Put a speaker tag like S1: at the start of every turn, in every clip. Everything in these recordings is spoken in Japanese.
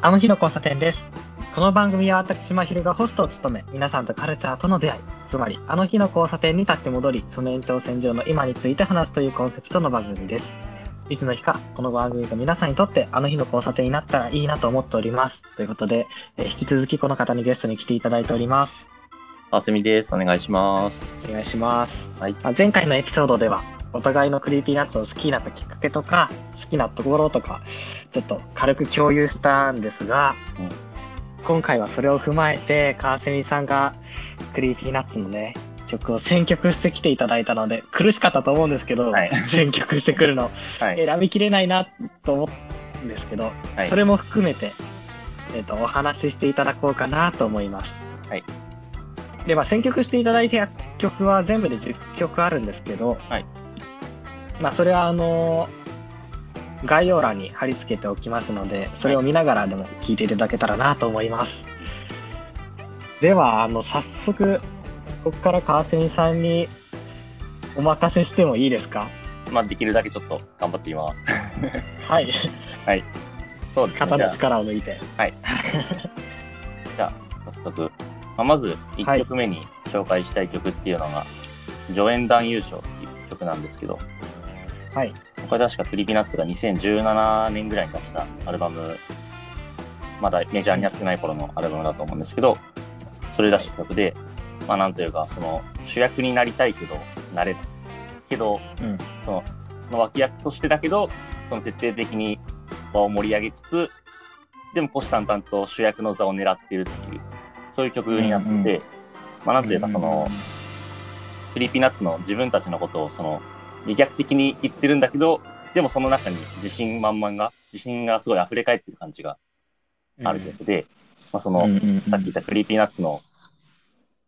S1: あの日の交差点です。この番組は私、まひるがホストを務め、皆さんとカルチャーとの出会い、つまり、あの日の交差点に立ち戻り、その延長線上の今について話すというコンセプトの番組です。いつの日か、この番組が皆さんにとって、あの日の交差点になったらいいなと思っております。ということで、えー引き続きこの方にゲストに来ていただいております。
S2: あすみです。お願いします。
S1: お願いします。
S2: はい
S1: まあ前回のエピソードでは、お互いのクリーピーナッツを好きになったきっかけとか、好きなところとか、ちょっと軽く共有したんですが、
S2: うん
S1: 今回はそれを踏まえて、川蝉さんがクリーピーナッツのね、曲を選曲してきていただいたので、苦しかったと思うんですけど、
S2: はい
S1: 選曲してくるの、
S2: はい。
S1: 選びきれないなと思うんですけど、
S2: はい
S1: それも含めて、えっとお話ししていただこうかなと思います。
S2: はい、
S1: で、まあ、選曲していただいた曲は全部で10曲あるんですけど、
S2: はい
S1: まあ、それはあの概要欄に貼り付けておきますのでそれを見ながらでも聞いていただけたらなと思います。ではあの早速ここから川澄さんにお任せしてもいいですか
S2: まあ、できるだけちょっと頑張っています。
S1: はい
S2: そうですね。
S1: 肩
S2: じゃ
S1: の力を抜いて。
S2: あじゃあ早速、まあ、まず1曲目に紹介したい曲っていうのが、助演団優勝っていう曲なんですけど、
S1: はい。
S2: これ確かクリピナッツが2017年ぐらいに出したアルバム、まだメジャーになってない頃のアルバムだと思うんですけど、それ出した曲で、まあなんというか、その主役になりたいけど、なれない。けど、
S1: うん
S2: その、その脇役としてだけど、その徹底的に場を盛り上げつつ、でも虎視眈々と主役の座を狙ってるっていう、そういう曲になってて、
S1: うんうん
S2: まあなんというかその、クリーピーナッツの自分たちのことをその自虐的に言ってるんだけどでもその中に自信満々が自信がすごい溢れ返ってる感じがある曲で、まあ、その、
S1: うんうんうん
S2: さっき言ったクリーピーナッツの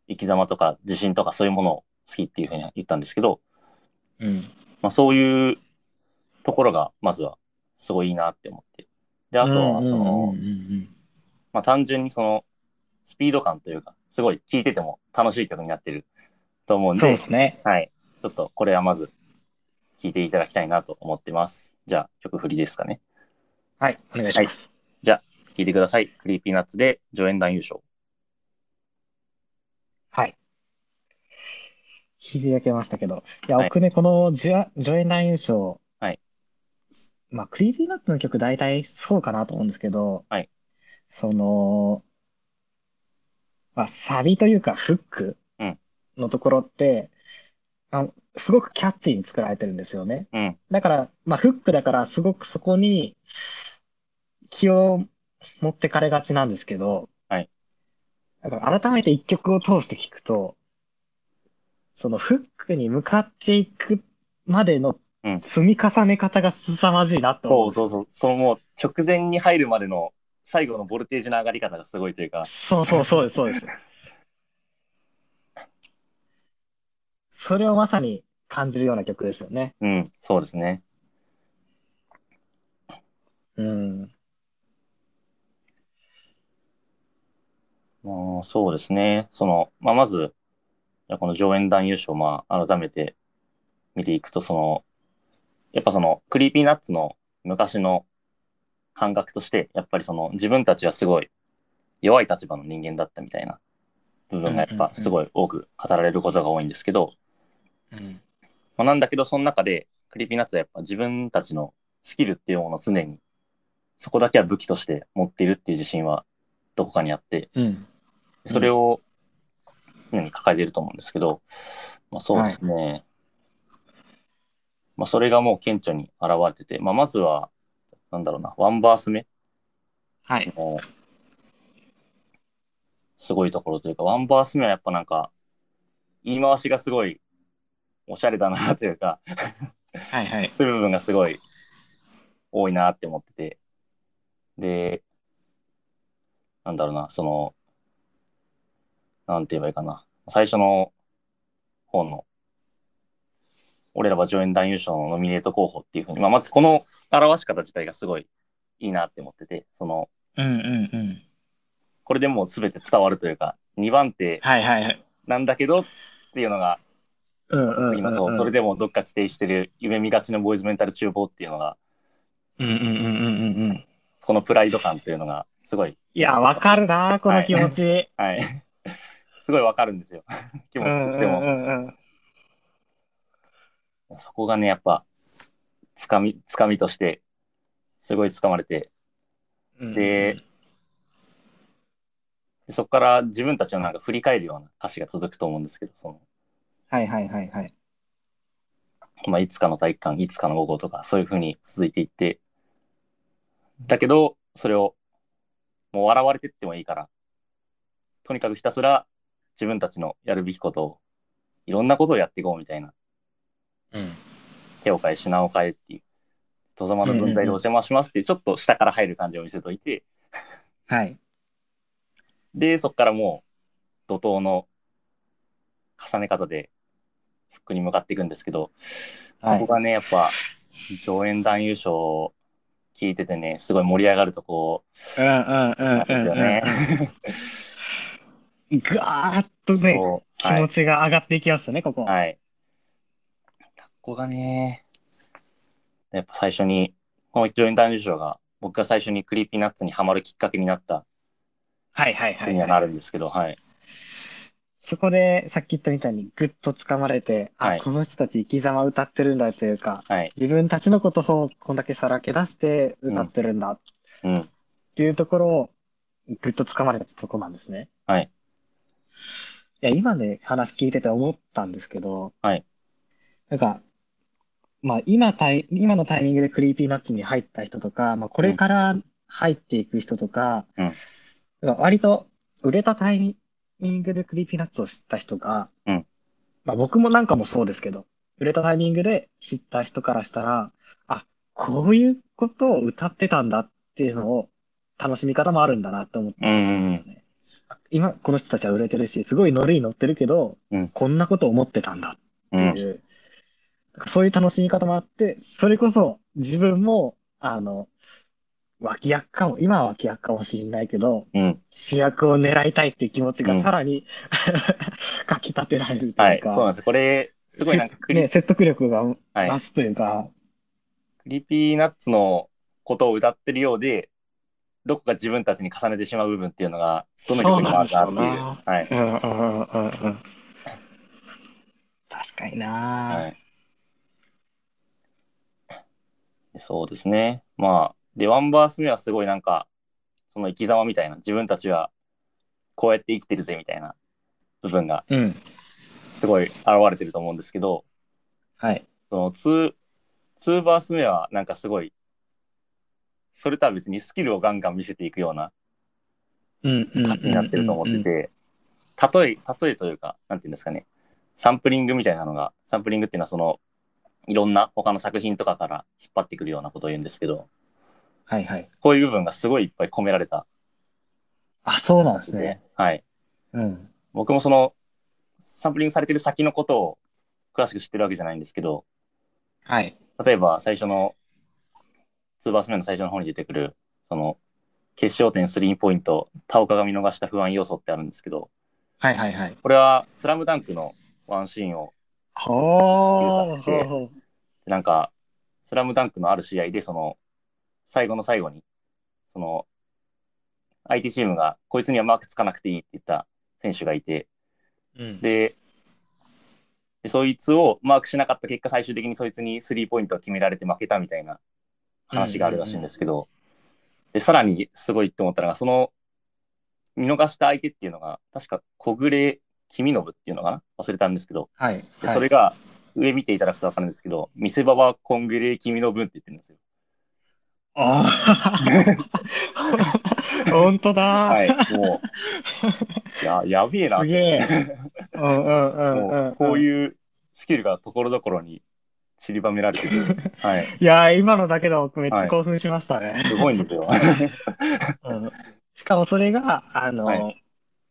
S2: 生き様とか自信とかそういうものを好きっていうふうに言ったんですけど、
S1: うん
S2: まあ、そういうところがまずはすごいいいなって思ってであとはその、
S1: うんうんうん
S2: まあ、単純にそのスピード感というかすごい聴いてても楽しい曲になってると思う
S1: うんん
S2: で
S1: そうですね。
S2: はい。ちょっとこれはまず聞いていただきたいなと思ってます。じゃあ曲振りですかね。
S1: はい、お願いします。
S2: 聞いてください。クリーピーナッツで助演団優勝。
S1: はい。聞いていただけましたけど。いや、
S2: はい
S1: 僕ね、このジュア助演男優賞、
S2: はい
S1: まあ、クリーピーナッツの曲大体そうかなと思うんですけど、
S2: はい
S1: その、まあ、サビというかフック
S2: うん
S1: のところって、あすごくキャッチーに作られてるんですよね。
S2: うん。
S1: だから、まあ、フックだから、すごくそこに気を持ってかれがちなんですけど、
S2: はい。
S1: だから改めて一曲を通して聞くと、そのフックに向かっていくまでの
S2: うん
S1: 積み重ね方が凄まじいなと思
S2: そうう。そうそう。そのもう直前に入るまでの最後のボルテージの上がり方がすごいというか、
S1: そうそうそうです、そうです。それをまさに感じるような曲ですよね。
S2: うん、そうですね。
S1: うん。
S2: もうそうですね。その、まあ、まず、いやこの上演団優勝、まあ、改めて見ていくと、その、やっぱその、クリーピーナッツの昔の感覚として、やっぱりその、自分たちはすごい弱い立場の人間だったみたいな部分がやっぱすごい多く語られることが多いんですけど、
S1: うん。
S2: まあ、なんだけど、その中で、クリーピーナッツはやっぱ自分たちのスキルっていうものを常に、そこだけは武器として持っているっていう自信はどこかにあって、
S1: うん。
S2: それを常に抱えていると思うんですけど、まあ、そうですね、まあ、それがもう顕著に現れてて、まあ、まずは、なんだろうな、ワンバース目
S1: はい。
S2: のすごいところというか、ワンバース目はやっぱなんか、言い回しがすごいおしゃれだなというか、
S1: はいはい。
S2: そういう部分がすごい多いなって思ってて。で、なんだろうな、その、なんて言えばいいかな。最初の方の、俺らは上演男優賞のノミネート候補っていうふうに、まあ、まずこの表し方自体がすごいいいなって思ってて、その、
S1: うんうんうん。
S2: これでもう全て伝わるというか、2番手
S1: はいはいはい。
S2: なんだけどっていうのが
S1: うんうん
S2: 次のそう、それでもどっか規定してる夢見がちのボーイズメンタル厨房っていうのが、
S1: うんうんうんうんうんうん。
S2: このプライド感というのがすごい。
S1: いや、わかるな、この気持ち。
S2: はい。 すごいわかるんですよ。 気
S1: う
S2: 持
S1: ん
S2: ちとし
S1: う
S2: て
S1: ん
S2: も。
S1: うんうん。
S2: そこがね、やっぱ、つかみ、つかみとして、すごいつかまれて、
S1: うん
S2: で、でそこから自分たちをなんか振り返るような歌詞が続くと思うんですけど、その、
S1: はいはいはいはい。
S2: まあ、いつかの体育館、いつかの午後とか、そういう風に続いていって、だけど、それを、もう笑われてってもいいから、とにかくひたすら自分たちのやるべきことを、いろんなことをやっていこうみたいな、
S1: うん。
S2: 手を変え、品を変えっていう、戸様の分際でお邪魔しますっていう、ちょっと下から入る感じを見せといて、
S1: はい。
S2: で、そこからもう、怒涛の重ね方で、フックに向かっていくんですけど、
S1: はい
S2: ここがね、やっぱ、上演男優賞聞いててね、すごい盛り上がるとこ
S1: うんうん
S2: なんです
S1: うんうん
S2: よ
S1: うん
S2: ね。
S1: うん。ガーッとね、
S2: こう
S1: 気持ちが上がっていきますね、ここ。
S2: はい。はいここがね、やっぱ最初に、この上演男優賞が、僕が最初にクリーピーナッツにハマるきっかけになった
S1: はいはいは
S2: 曲
S1: い
S2: に
S1: は。
S2: はいなるんですけど、はい。
S1: そこで、さっき言ったみたいに、ぐっとつかまれて、
S2: は
S1: あ、
S2: い
S1: この人たち生き様歌ってるんだというか、
S2: はい。
S1: 自分たちのことをこんだけさらけ出して歌ってるんだっ
S2: うん。
S1: ていうところを、ぐっとつかまれたとこなんですね。
S2: はい。
S1: いや、今ね、話聞いてて思ったんですけど、
S2: はい。
S1: なんか、まあ、今タイ、今のタイミングでクリーピーナッツに入った人とか、まあ、これから入っていく人とか、
S2: うん
S1: なんか割と売れたタイミングでクリーピーナッツを知った人が、
S2: うん
S1: まあ、僕もなんかもそうですけど、売れたタイミングで知った人からしたら、あ、こういうことを歌ってたんだっていうのを楽しみ方もあるんだなって思って
S2: うんうん
S1: で
S2: う
S1: すよ
S2: ん。
S1: ね。今、この人たちは売れてるし、すごいノリに乗ってるけど、
S2: うん
S1: こんなこと思ってたんだ
S2: う
S1: っ
S2: ん
S1: て。いう、なんかそういう楽しみ方もあって、それこそ自分も、あの、脇役かも、今は脇役かもしれないけど、
S2: うん。
S1: 主役を狙いたいっていう気持ち
S2: う
S1: が
S2: ん
S1: さらに、 かき立てられると
S2: は
S1: いう
S2: い。そう
S1: か、
S2: なんです。これ、すごいなんかクリ
S1: ね、説得力が
S2: はい
S1: 増すというか、
S2: クリーピーナッツのことを歌ってるようで、どこか自分たちに重ねてしまう部分っていうのが、どの曲にもあるなっ
S1: そ
S2: ていう。
S1: うなんですよな
S2: はい。
S1: うんうんうんうんうん。確かになぁ、
S2: はい。そうですね。まあ、で、ワンバース目はすごいなんか、その生き様みたいな、自分たちはこうやって生きてるぜみたいな部分が
S1: うん。
S2: すごい現れてると思うんですけど、
S1: はい。
S2: その2、2バース目はなんかすごい、それとは別にスキルをガンガン見せていくような
S1: うんうんうんうんうん
S2: になってると思ってて、例え、例えというか、なんていうんですかね、サンプリングみたいなのが、サンプリングっていうのはその、いろんな他の作品とかから引っ張ってくるようなことを言うんですけど、
S1: はいはい。
S2: こういう部分がすごいいっぱい込められた。
S1: あ、そうなんですね。
S2: はい。
S1: うん。
S2: 僕もその、サンプリングされてる先のことを詳しく知ってるわけじゃないんですけど、
S1: はい。
S2: 例えば最初の、2バース目の最初の方に出てくる、その、決勝点スリーポイント、田岡が見逃した不安要素ってあるんですけど、
S1: はいはいはい。
S2: これはスラムダンクのワンシーンを
S1: ほ
S2: う
S1: ー。
S2: んほうほなんか、スラムダンクのある試合で、その、最後の最後に、その、IT チームが、こいつにはマークつかなくていいって言った選手がいて、
S1: うん、
S2: で、でそいつをマークしなかった結果、最終的にそいつにスリーポイントを決められて負けたみたいな話があるらしいんですけど、で、さらにすごいって思ったのが、その、見逃した相手っていうのが、確か小暮君信っていうのかな忘れたんですけど、
S1: はい。
S2: で
S1: はい
S2: それが上見ていただくと分かるんですけど、見せ場はコングレー君の分って言ってるんですよ。
S1: あー。 ほんとだ
S2: は
S1: ー。
S2: い、もう、ややべえな
S1: す、げえ。うんうんうんうん
S2: も
S1: ん。
S2: うこう
S1: う。
S2: いうスキルがところどころに散りばめられ てる。はい、
S1: いやー、今のだけで僕めっち
S2: は
S1: ゃ
S2: い
S1: 興奮しましたね。
S2: すごいんですよ。
S1: うん、しかもそれが、あの、
S2: は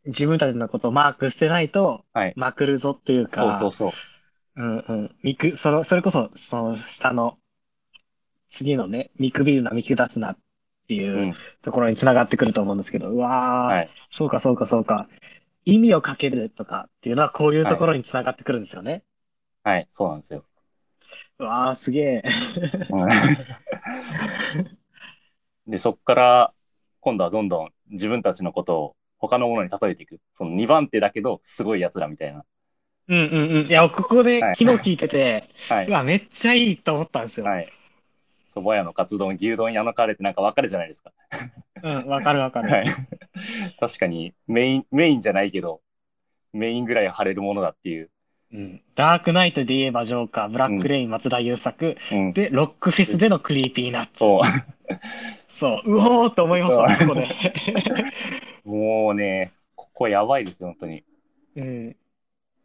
S1: 自分たちのことをマークしてないと、
S2: はい
S1: まくるぞっていうか、
S2: そうそうそ
S1: う
S2: う。
S1: んうん。見く、その、それこそ、その下の、次のね、見くびるな、見下すなって
S2: う
S1: いうんところにつながってくると思うんですけど、うわー、
S2: はい、
S1: そうかそうかそうか。意味をかけるとかっていうのはこういうところにつながってくるんですよね。
S2: はい、そうなんですよ。
S1: うわー、すげえ。
S2: うんで、そこから、今度はどんどん自分たちのことを他のものに例えていく。その2番手だけど、すごい奴らみたいな。
S1: うんうんうん。いや、ここで
S2: はい
S1: 昨日聞いてて、
S2: は
S1: う
S2: い。
S1: わ、めっちゃいいと思ったんですよ。
S2: はい。蕎麦屋のカツ丼、牛丼屋のカレーってなんか分かるじゃないですか。
S1: うん、わかるわか
S2: は
S1: る。
S2: い。 確かに、メイン、メインじゃないけど、メインぐらいは晴れるものだっていう。
S1: うん。ダークナイトで言えばジョーカー、ブラックレイン松田優作、
S2: うん。
S1: で、ロックフェスでのクリーピーナッツ。
S2: そう。
S1: そう、うおーって思いますわ、
S2: そう
S1: ここで。
S2: もう ね、ここやばいですよ、本当に。
S1: うん。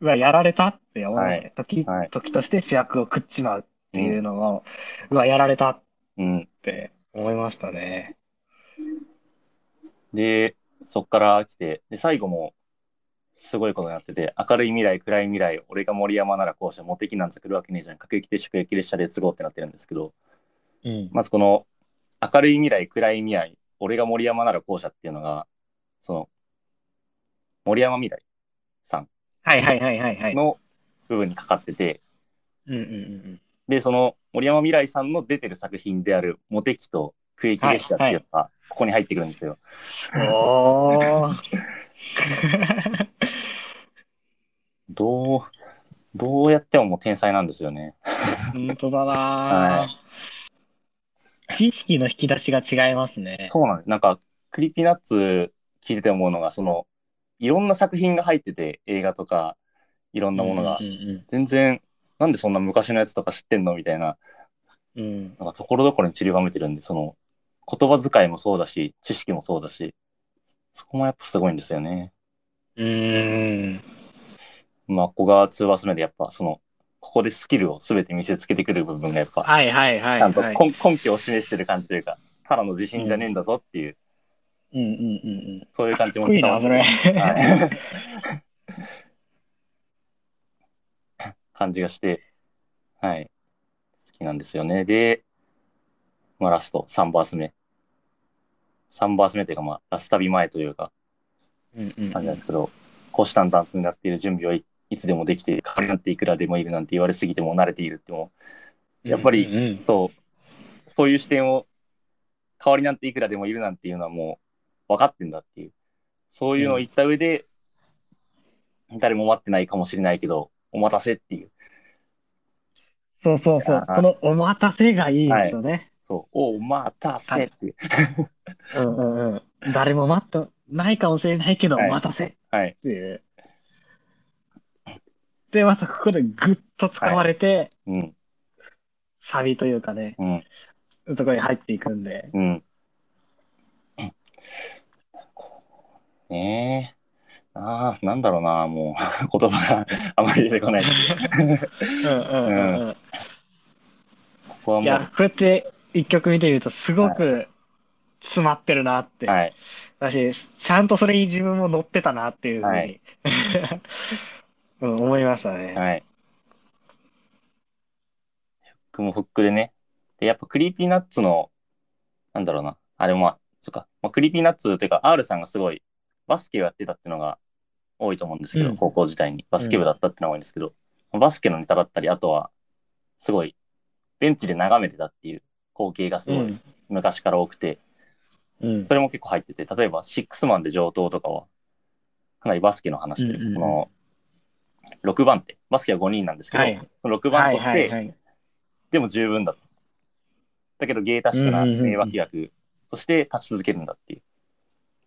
S1: うわ、やられたって思う
S2: は
S1: ね。時、
S2: はい
S1: 時として主役を食っちまうっていうのを、うわ、やられたっ
S2: うん。
S1: て思いましたね。
S2: で、そっから来て、で、最後も、すごいことになってて、明るい未来、暗い未来、俺が森山ならこうして、モテキなんざ来るわけねえじゃん、各駅で宿駅列車で都合ってなってるんですけど、
S1: うん。
S2: まずこの、明るい未来、暗い未来、俺が森山ならこうしゃっていうのが、その、森山未来さ
S1: はいはいはいはいはい。
S2: んの部分にかかってて、
S1: うんうん うん
S2: で、その森山未来さんの出てる作品であるモテキとクエキ列車っていうのが、ここに入ってくるんですよ。
S1: うん。おー。
S2: どう、どうやってももう天才なんですよね。
S1: 本当だな
S2: は
S1: 知識の引き出しが違いますね。
S2: そうなんです。なんか、クリーピーナッツ聞いてて思うのが、その、いろんな作品が入ってて、映画とか、いろんなものが
S1: う、んうん
S2: 全然、なんでそんな昔のやつとか知ってんのみたいな、
S1: うんうん。
S2: なんかところどころに散りばめてるんで、その、言葉遣いもそうだし、知識もそうだし、そこもやっぱすごいんですよね。
S1: うーん。
S2: まあ、ここが2バース目でやっぱそのここでスキルを全て見せつけてくる部分がやっぱ
S1: はいはいは
S2: ち
S1: い
S2: ゃんと
S1: はい。
S2: 根根拠を示してる感じというかただの自信じゃねえんだぞっていう、
S1: うんうんうん
S2: そういう感じ
S1: うん。かっ
S2: も
S1: こいい
S2: 伝わ
S1: な、
S2: って
S1: それ。
S2: はい 感じがしてはい好きなんですよねで、まあ、ラスト3バース目3バース目というかまあラス旅前というか
S1: うんうん
S2: 感じなんですけど、虎視眈々となっている準備をいいつでもできている、代わりなんていくらでもいるなんて言われすぎても慣れているってもう、やっぱ
S1: うんうんう
S2: り
S1: ん
S2: そう、そういう視点を、代わりなんていくらでもいるなんていうのはもう分かってんだっていう、そういうのを言った上で、誰も待ってないかもしれないけど、お待たせっていう、
S1: そうそうそう。
S2: あー
S1: このお待たせがいいですよね。
S2: そう、お待たせっていう、
S1: うんうんうん。誰も待ってないかもしれないけど、お
S2: はい
S1: 待たせっ
S2: はい、
S1: ていう。で、またここでぐっと使われて、
S2: うん、
S1: サビというかね、
S2: うん、
S1: のところに入っていくんで。
S2: うん。 ねえ。ああ、なんだろうな、もう、 言葉があまり出てこない。
S1: うんうんうんうん。
S2: ここはいも
S1: や、こうやって一曲見てみると、すごく詰まってるなって。
S2: う、はい。
S1: 私、ちゃんとそれに自分も乗ってたなっていうふうに、
S2: はい
S1: うん、思いましたね。
S2: はい。フックもフックでね。で、やっぱクリーピーナッツの、なんだろうな。あれもまあ、そっか。まあ、クリーピーナッツというか、R さんがすごい、バスケをやってたっていうのが多いと思うんですけど、
S1: うん
S2: 高校時代に。バスケ部だったっていうのが多いんですけど、バスケのネタだったり、あとは、すごい、ベンチで眺めてたっていう光景がす
S1: う
S2: ごい
S1: ん。
S2: 昔から多くて、
S1: うん
S2: そ。れも結構入ってて、例えば、シックスマンで上等とかは、かなりバスケの話で、
S1: うんうんうん
S2: その、6番手、バスケは5人なんですけど、
S1: はい
S2: その6
S1: は
S2: 番手
S1: い
S2: って、
S1: はいはい。
S2: でも十分だ。だけど、芸達者な
S1: うんうんうんうん
S2: 名脇役として立ち続けるんだっていう。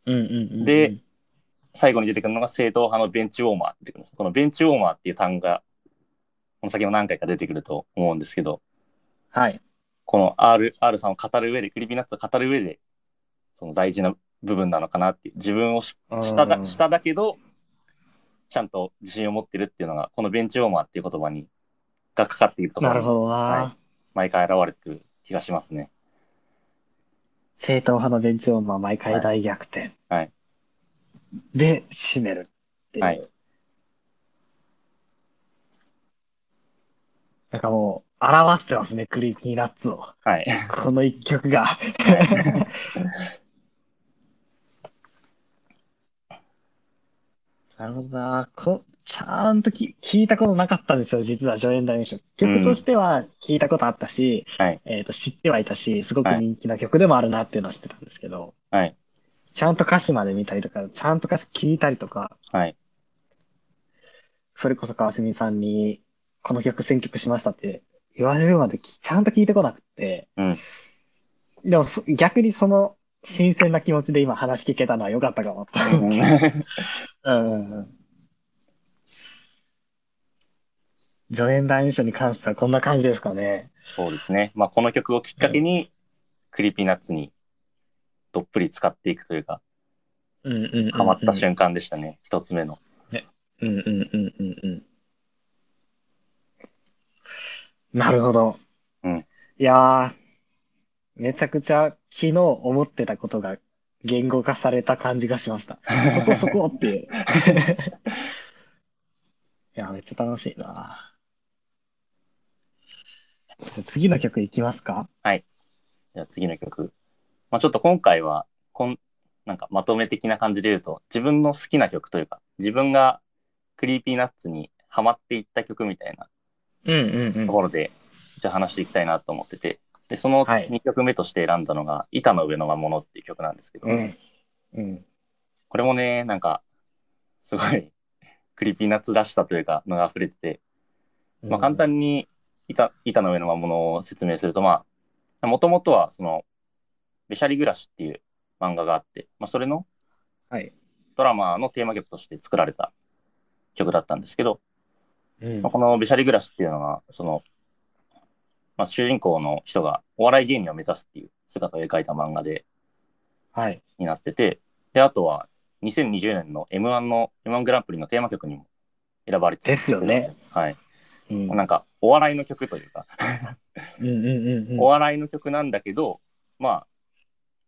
S1: うんうんうんうん。
S2: で、最後に出てくるのが正統派のベンチウォーマーって出てくるんです。このベンチウォーマーっていう単語が、この先も何回か出てくると思うんですけど、
S1: はい。
S2: この R, R さんを語る上で、クリビナッツを語る上で、その大事な部分なのかなっていう、自分をし下
S1: う
S2: だ
S1: ん
S2: 下だけど、ちゃんと自信を持ってるっていうのが、このベンチウォーマーっていう言葉に、がかかっているとこ
S1: なるほ
S2: ろに
S1: どな、
S2: は毎回現れてくる気がしますね。
S1: 正統派のベンチオーマー毎回大逆転。
S2: はい
S1: で、締めるっていう。
S2: はい
S1: なんかもう、表してますね、クリーピーナッツを。
S2: はい。
S1: この一曲が。なるほどなこ。ちゃんとき聞いたことなかったんですよ、実は、上演ダイメンション。曲としては聞いたことあったし、
S2: はい
S1: えーと知ってはいたし、すごく
S2: はい
S1: 人気な曲でもあるなっていうのは知ってたんですけど、
S2: はい
S1: ちゃんと歌詞まで見たりとか、ちゃんと歌詞聞いたりとか、
S2: はい。
S1: それこそ川澄さんに、この曲選曲しましたって言われるまできちゃんと聞いてこなくって、
S2: うん
S1: でもそ逆にその新鮮な気持ちで今話聞けたのは良かったかもって思って。うんうんうん助演男優賞に関してはこんな感じですかね。
S2: そうですね。まあ、この曲をきっかけに、クリーピーナッツにどっぷり使っていくというか、
S1: うんうんうんうん。
S2: ハマった瞬間でしたね。一、つ目の。
S1: うんうんうんうんうん。なるほど。
S2: うん。
S1: いやー、めちゃくちゃ昨日思ってたことが言語化された感じがしました。そこそこって いう。いやー、めっちゃ楽しいな。じゃあ次の曲いきますか
S2: じゃあ次の曲。まあ、ちょっと今回は、こん、なんかまとめ的な感じで言うと、自分の好きな曲というか、自分がクリーピーナッツにハマっていった曲みたいな
S1: うんうんう
S2: と
S1: ん。
S2: ころで、じゃあ話していきたいなと思ってて、で、その
S1: はい
S2: 2曲目として選んだのが、板の上の魔物っていう曲なんですけど、
S1: うん。うん。
S2: これもね、なんか、すごい、 クリーピーナッツらしさというか、のが溢れてて、まあ、簡単に板板の上の魔物を説明すると、まあ、もともとは、その、べしゃり暮らしっていう漫画があって、まあ、それの
S1: はい。
S2: ドラマのテーマ曲として作られた曲だったんですけど、
S1: うん
S2: まあ、このべしゃり暮らしっていうのが、その、まあ、主人公の人がお笑い芸人を目指すっていう姿を描いた漫画で、
S1: はい。
S2: になってて、で、あとは、2020年の M1 の、M1 グランプリのテーマ曲にも選ばれてる
S1: ですよね。
S2: はい。
S1: うん。うん
S2: なんか、お笑いの曲というか、
S1: うんうんうん。
S2: お笑いの曲なんだけど、まあ、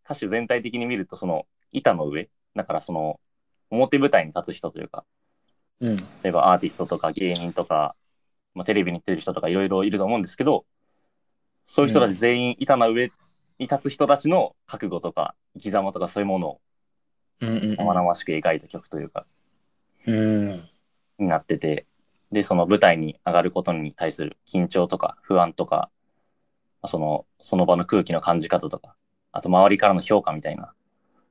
S2: 歌手全体的に見ると、その、板の上、だからその、表舞台に立つ人というか、
S1: うん。
S2: 例えばアーティストとか芸人とか、まあ、テレビに出てる人とかいろいろいると思うんですけど、そういう人たち全員板の上に立つ人たちの覚悟とか生き様とかそういうものを
S1: うんうん
S2: 生々しく描いた曲というか、
S1: うん。うん。
S2: になってて、で、その舞台に上がることに対する緊張とか不安とか、まあその、その場の空気の感じ方とか、あと周りからの評価みたいな、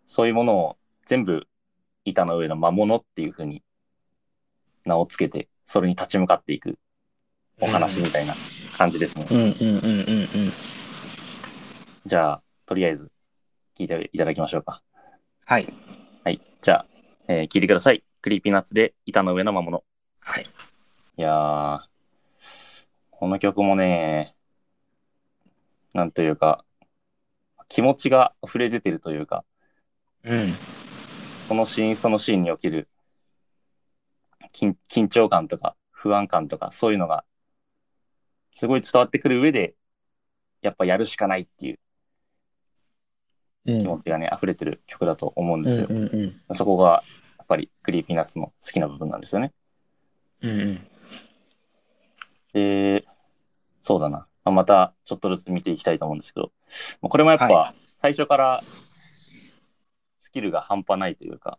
S2: そういうものを全部板の上の魔物っていうふうに名をつけて、それに立ち向かっていくお話みたいな感じですね。
S1: うんうんうんうんうん。
S2: じゃあ、とりあえず聞いていただきましょうか。
S1: はい。
S2: はい。じゃあ、えー聞いてください。クリーピーナッツで板の上の魔物。
S1: はい。
S2: いやー、この曲もね、なんというか、気持ちが溢れ出てるというか、
S1: うん。
S2: そのシーンそのシーンにおける緊緊張感とか不安感とかそういうのがすごい伝わってくる上で、やっぱやるしかないっていう
S1: うん。
S2: 気持ちがね、溢れてる曲だと思うんですよ。
S1: うんうんうん。
S2: そこがやっぱりクリーピーナッツの好きな部分なんですよね。
S1: うんうん。
S2: で、そうだな。まあ、またちょっとずつ見ていきたいと思うんですけど、まあこれもやっ
S1: は
S2: ぱ最初からスキルが半端ないというか、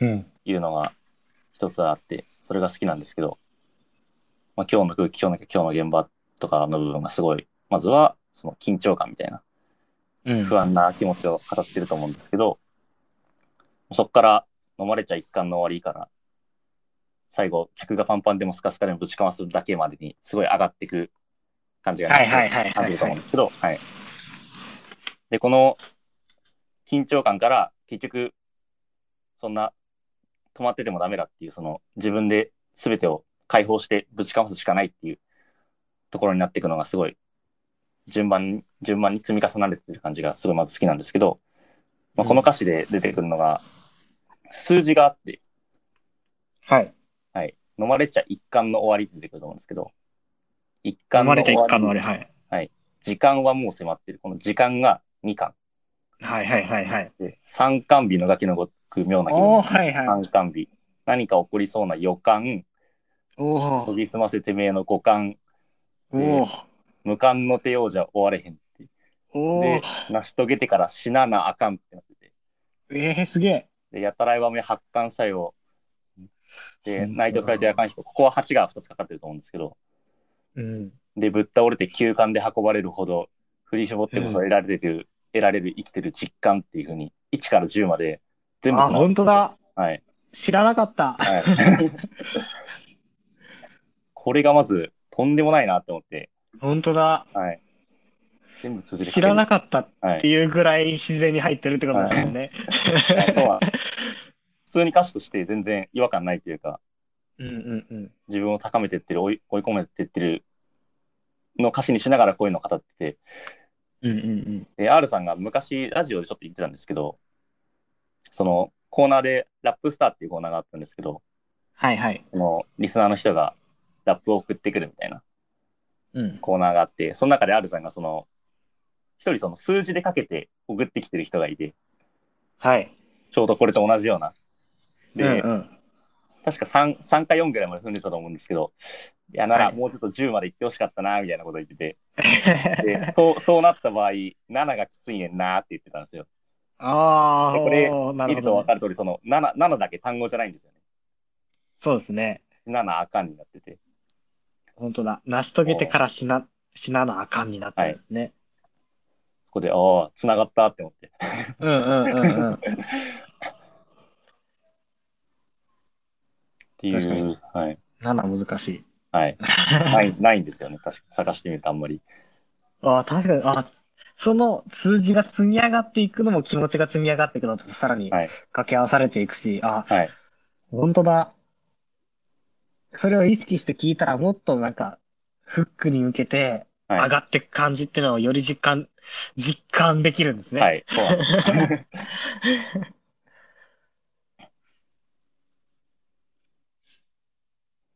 S1: うん。
S2: いうのが一つあって、それが好きなんですけど、まあ、今日の空気、今日の今日の現場とかの部分がすごい、まずはその緊張感みたいな
S1: うん。
S2: 不安な気持ちを語ってると思うんですけど、そこから飲まれちゃ一貫の終わりから、最後、客がパンパンでもスカスカでもぶちかますだけまでに、すごい上がっていく感じが、
S1: はいはいはいはいはい
S2: 感じると思うんですけど、はい。で、この緊張感から、結局、そんな、止まっててもダメだっていう、その、自分で全てを解放してぶちかますしかないっていうところになっていくのがすごい順番に、順番に積み重なれてる感じがすごいまず好きなんですけど、まあ、この歌詞で出てくるのが、数字があって、
S1: はい。
S2: はい、飲まれちゃ一貫の終わりって出てくると思うんですけど、一
S1: 生
S2: 貫の
S1: まれちゃ
S2: 終
S1: 一
S2: わ
S1: 貫
S2: り、
S1: のあれ、はい。
S2: 時間はもう迫ってる。この時間が2巻
S1: はいはいはいはい。
S2: で、三巻日のガキのごとく妙な気
S1: お
S2: 分
S1: ー、。はいはい。
S2: 三巻日。何か起こりそうな予感、
S1: お
S2: 研
S1: ー、
S2: ぎ澄ませてめえの五感、
S1: おー、
S2: 無冠の手用じゃ終われへんって。
S1: お
S2: で
S1: ー、、
S2: 成し遂げてから死ななあかんってなってて。
S1: えー、すげえ。
S2: で、やたらいばめ発汗作用。で、
S1: 本当だ
S2: ナイトフライト夜間飛行。ここは8が2つかかってると思うんですけど。
S1: うん。
S2: で、ぶっ倒れて休館で運ばれるほど、振り絞ってこそ得られてる得られる生きてる実感っていうふうに、1から10まで全部
S1: あ、
S2: 繋がって
S1: 本当。だ。
S2: はい。
S1: 知らなかった。
S2: はい。 これがまず、とんでもないなって思って、
S1: 本当だ。
S2: はい。全部数字で
S1: 知らな
S2: く
S1: かったって
S2: はい
S1: ていうぐらい自然に入ってるってことですよね。
S2: て。あとは、普通に歌手として全然違和感ないというか、
S1: うんうんうん。
S2: 自分を高めてってる、追い追い込めてってるの歌詞にしながらこういうのを語ってて、
S1: うんうんうん。
S2: で、R さんが昔ラジオでちょっと言ってたんですけど、そのコーナーでラップスターっていうコーナーがあったんですけど、
S1: はいはい。
S2: そのリスナーの人がラップを送ってくるみたいな
S1: うん。
S2: コーナーがあって、その中で R さんがその、一人その数字でかけて送ってきてる人がいて、
S1: はい。
S2: ちょうどこれと同じような。で、
S1: うんうん。
S2: 確か 3, 3か4ぐらいまで踏んでたと思うんですけど、いやな、
S1: はい
S2: もうちょっと10まで行ってほしかったな、みたいなこと言って て、でそうそうなった場合、7がきついねんなって言ってたんですよ。
S1: ああ、
S2: これ
S1: おーな
S2: 見
S1: るほ
S2: ると
S1: ど
S2: 分
S1: ね。
S2: かる通り、その 7, 7だけ単語じゃないんですよね。
S1: そうですね。
S2: 7あかんになってて。
S1: 本当だ。成し遂げてから死な、死ななあかんになってるんですね。
S2: そこで、ああ、つながったって思って。
S1: うんうんうんうん。
S2: ってい
S1: 確か
S2: う
S1: に、
S2: はい。
S1: 7難しい。
S2: はい。ないないんですよね、確か探してみるとあんまり。
S1: ああ、確かに、あその数字が積み上がっていくのも気持ちが積み上がっていくのとさらに
S2: はい
S1: 掛け合わされていくし、あ、
S2: はい。
S1: 本当だ。それを意識して聞いたらもっとなんか、フックに向けて
S2: はい
S1: 上がっていく感じっていうのをより実感、実感できるんですね。
S2: はい、そうなんです。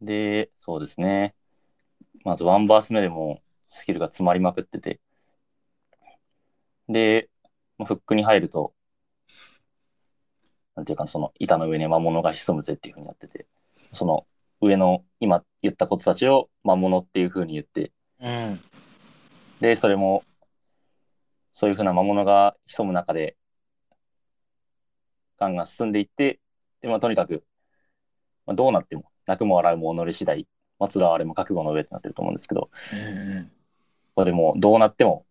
S2: で、そうですね。まずワンバース目でもスキルが詰まりまくってて。で、まあフックに入ると、なんていうか、その板の上に魔物が潜むぜっていうふうになってて、その上の今言ったことたちを魔物っていうふうに言って、
S1: うん。
S2: で、それも、そういうふうな魔物が潜む中で、ガンが進んでいって、で、まあ、とにかく、まあ、どうなっても、泣くも笑うも己次第、まつらあれも覚悟の上ってなってると思うんですけど、
S1: うん
S2: これもどうなっても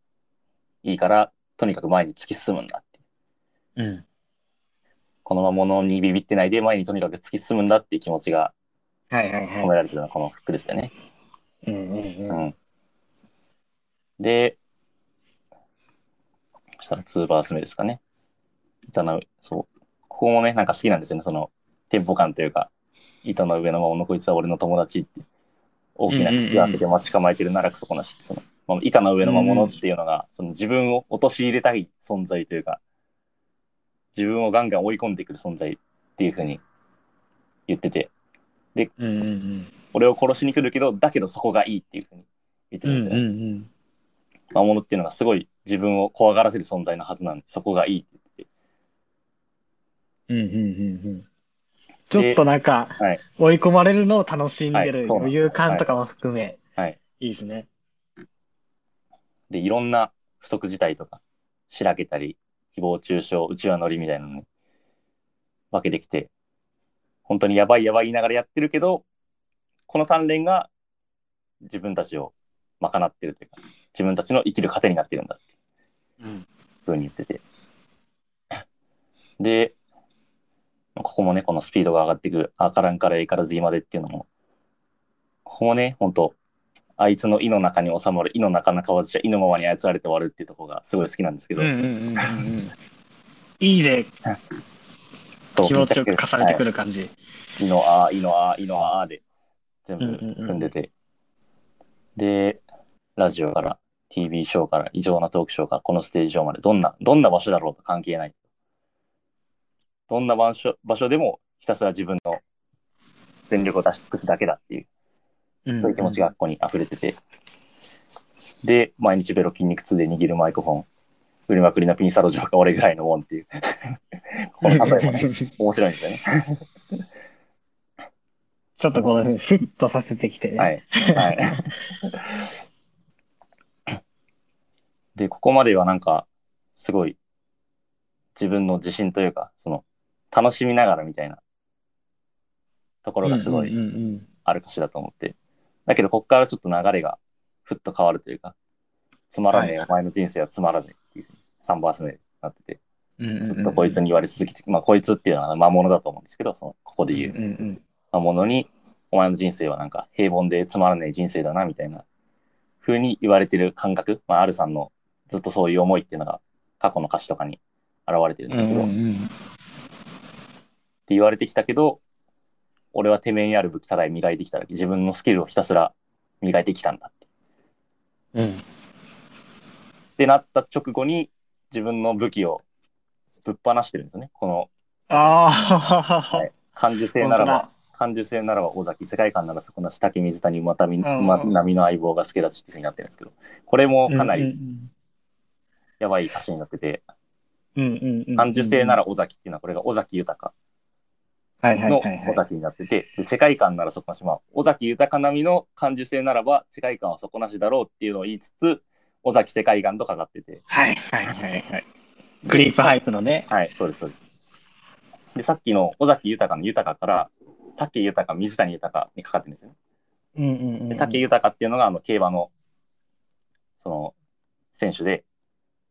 S2: いいから、とにかく前に突き進むんだっ
S1: う
S2: て。
S1: ん。うん。
S2: この魔物にビビってないで、前にとにかく突き進むんだっていう気持ちが
S1: はいはい
S2: 込
S1: は
S2: められてるのはこの服ですよね。
S1: い。うんうん
S2: う
S1: うん。
S2: ん。で、そしたら2バース目ですかね。板の上、そう。ここもね、なんか好きなんですよね。その、テンポ感というか、板の上の魔物こいつは俺の友達って、大きな口が開けて待ち構えてるならくそこなしって、その、まあ、板の上の魔物っていうのが、その自分を陥れたい存在というか、自分をガンガン追い込んでくる存在っていうふうに言ってて、
S1: うんうん
S2: 俺を殺しに来るけど、だけどそこがいいっていうふうに言って
S1: うん。う
S2: るんですよね。
S1: んうんうん。
S2: 魔物っていうのがすごい自分を怖がらせる存在のはずなんで、そこがいいって言って。
S1: うんうんうんうん。ちょっとなんか
S2: はい、
S1: 追い込まれるのを楽しんで
S2: は
S1: る
S2: いそうなん
S1: 余裕感とかも含め、
S2: はい。
S1: いいですね。
S2: で、いろんな不測事態とか、しらけたり、誹謗中傷、うちわ乗りみたいなのに分けてきて、本当にやばいやばい言いながらやってるけど、この鍛錬が自分たちを賄ってるというか、自分たちの生きる糧になってるんだっていう
S1: うん。
S2: ふうに言ってて。で、ここもね、このスピードが上がっていく、あからんから A から Z までっていうのも、ここもね、ほんと、あいつの意の中に収まる、意の中のわずじゃ、意のままに操られて終わるっていうところがすごい好きなんですけ
S1: うん
S2: ど、
S1: うんうんうんうん。いいで
S2: そう
S1: 気持ちよく重ねてく
S2: はい
S1: る感じ。
S2: 意のあー、意のあー、意のあーで、全部
S1: うんうんうん
S2: 踏んでて、で、ラジオから、TV ショーから、異常なトークショーから、このステージ上まで、どんな、どんな場所だろうと関係ない。どんな場所場所でも、ひたすら自分の全力を出し尽くすだけだっていう。
S1: うん
S2: そういう気持ちがここに溢れてて。で、毎日ベロ筋肉痛で握るマイクフォン。売りまくりのピンサロ上か俺ぐらいのもんっ ていう。この例えもね、面白いんですよね。
S1: ちょっとこう、ふっとさせてきてね。
S2: はい。はい。 で、ここまではなんか、すごい、自分の自信というか、その、楽しみながらみたいなところがすごい
S1: うんうんうん
S2: ある歌詞だと思って。だけど、こっからちょっと流れがふっと変わるというか、つまらねえ、
S1: は
S2: お前の人生はつまらねえっていうふうに3バース目になってて、
S1: うんうんうん
S2: ずっとこいつに言われ続けて、まあこいつっていうのは魔物だと思うんですけど、そのここで言う
S1: うんうん
S2: 魔物に、お前の人生はなんか平凡でつまらない人生だな、みたいな風に言われてる感覚、まあ、R さんのずっとそういう思いっていうのが過去の歌詞とかに現れてるん
S1: う
S2: ですけど、
S1: んう
S2: って
S1: ん
S2: 言われてきたけど、俺はてめえにある武器ただい磨いてきただけ、自分のスキルをひたすら磨いてきたんだって。
S1: うんうん
S2: ってなった直後に自分の武器をぶっ放してるんですね。この
S1: ああ、
S2: はい感受性
S1: 本
S2: なら
S1: 当
S2: ば、
S1: だ。
S2: 感受性ならば尾崎、世界観ならそこなし、滝水谷、またみ、
S1: うんうん
S2: ま、波の相棒が助太刀っていうふうになってるんですけど、これもかな
S1: うん
S2: りやばい歌詞になってて、
S1: うんうんうんうん。
S2: 感受性な
S1: ら。
S2: ら尾崎っていうのはこれが尾崎豊
S1: はいはい
S2: の
S1: はい
S2: 尾
S1: はい。
S2: 崎になってて、で世界観ならそこなし、まあ、尾崎豊並みの感受性ならば世界観はそこなしだろうっていうのを言いつつ、尾崎世界観とかかってて、
S1: はいはいはいはい。グリープハイプのね。
S2: はい、そうです、そうです。で、さっきの尾崎豊の豊から、竹豊、水谷豊にかかってるんですよね。
S1: うんうんうんう
S2: で
S1: ん。
S2: 竹豊っていうのが、あの、競馬の、その、選手で、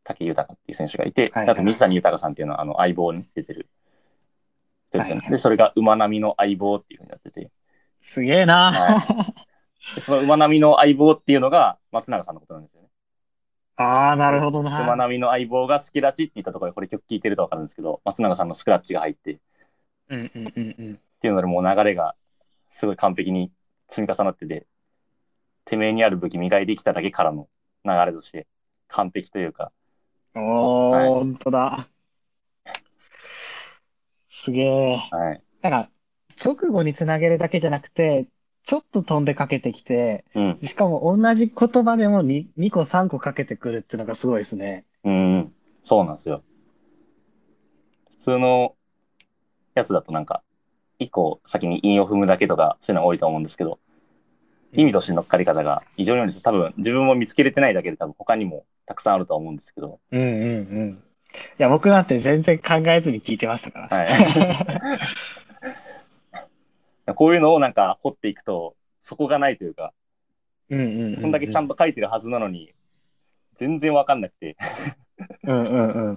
S2: 竹豊っていう選手がいて、
S1: はい
S2: あと水谷豊さんっていうのは、あの、相棒に出てる人ですよね。
S1: はいはい
S2: で、それが馬並みの相棒っていうふうになってて、です
S1: げえな。
S2: その馬並みの相棒っていうのが、松永さんのことなんですよね。
S1: ああ、なるほど
S2: 馬
S1: な。
S2: 並みの相棒がスキラチって言ったところで、これ曲聴いてるとわかるんですけど、松永さんのスクラッチが入って、
S1: うんうんうんうん。
S2: っていうのでもう流れがすごい完璧に積み重なってて、てめえにある武器磨いてきただけからの流れとして完璧というか、
S1: お
S2: はい
S1: ー、ほんとだ。すげえ。
S2: はい。
S1: なんか、直後につなげるだけじゃなくて、ちょっと飛んでかけてきて、
S2: うん。
S1: しかも同じ言葉でも 2, 2個3個かけてくるってのがすごいですね。
S2: うん。そうなんですよ。普通のやつだとなんか、一個先に韻を踏むだけとか、そういうのが多いと思うんですけど、意味としてのっかり方が非常に多いです。多分、自分も見つけれてないだけで多分他にもたくさんあるとは思うんですけど、
S1: うんうんうん。いや、僕なんて全然考えずに聞いてましたから。
S2: はい。こういうのをなんか掘っていくと、そこがないというか、
S1: うんうんうん。
S2: こんだけちゃんと書いてるはずなのに、全然わかんなくて、
S1: うんうんうん。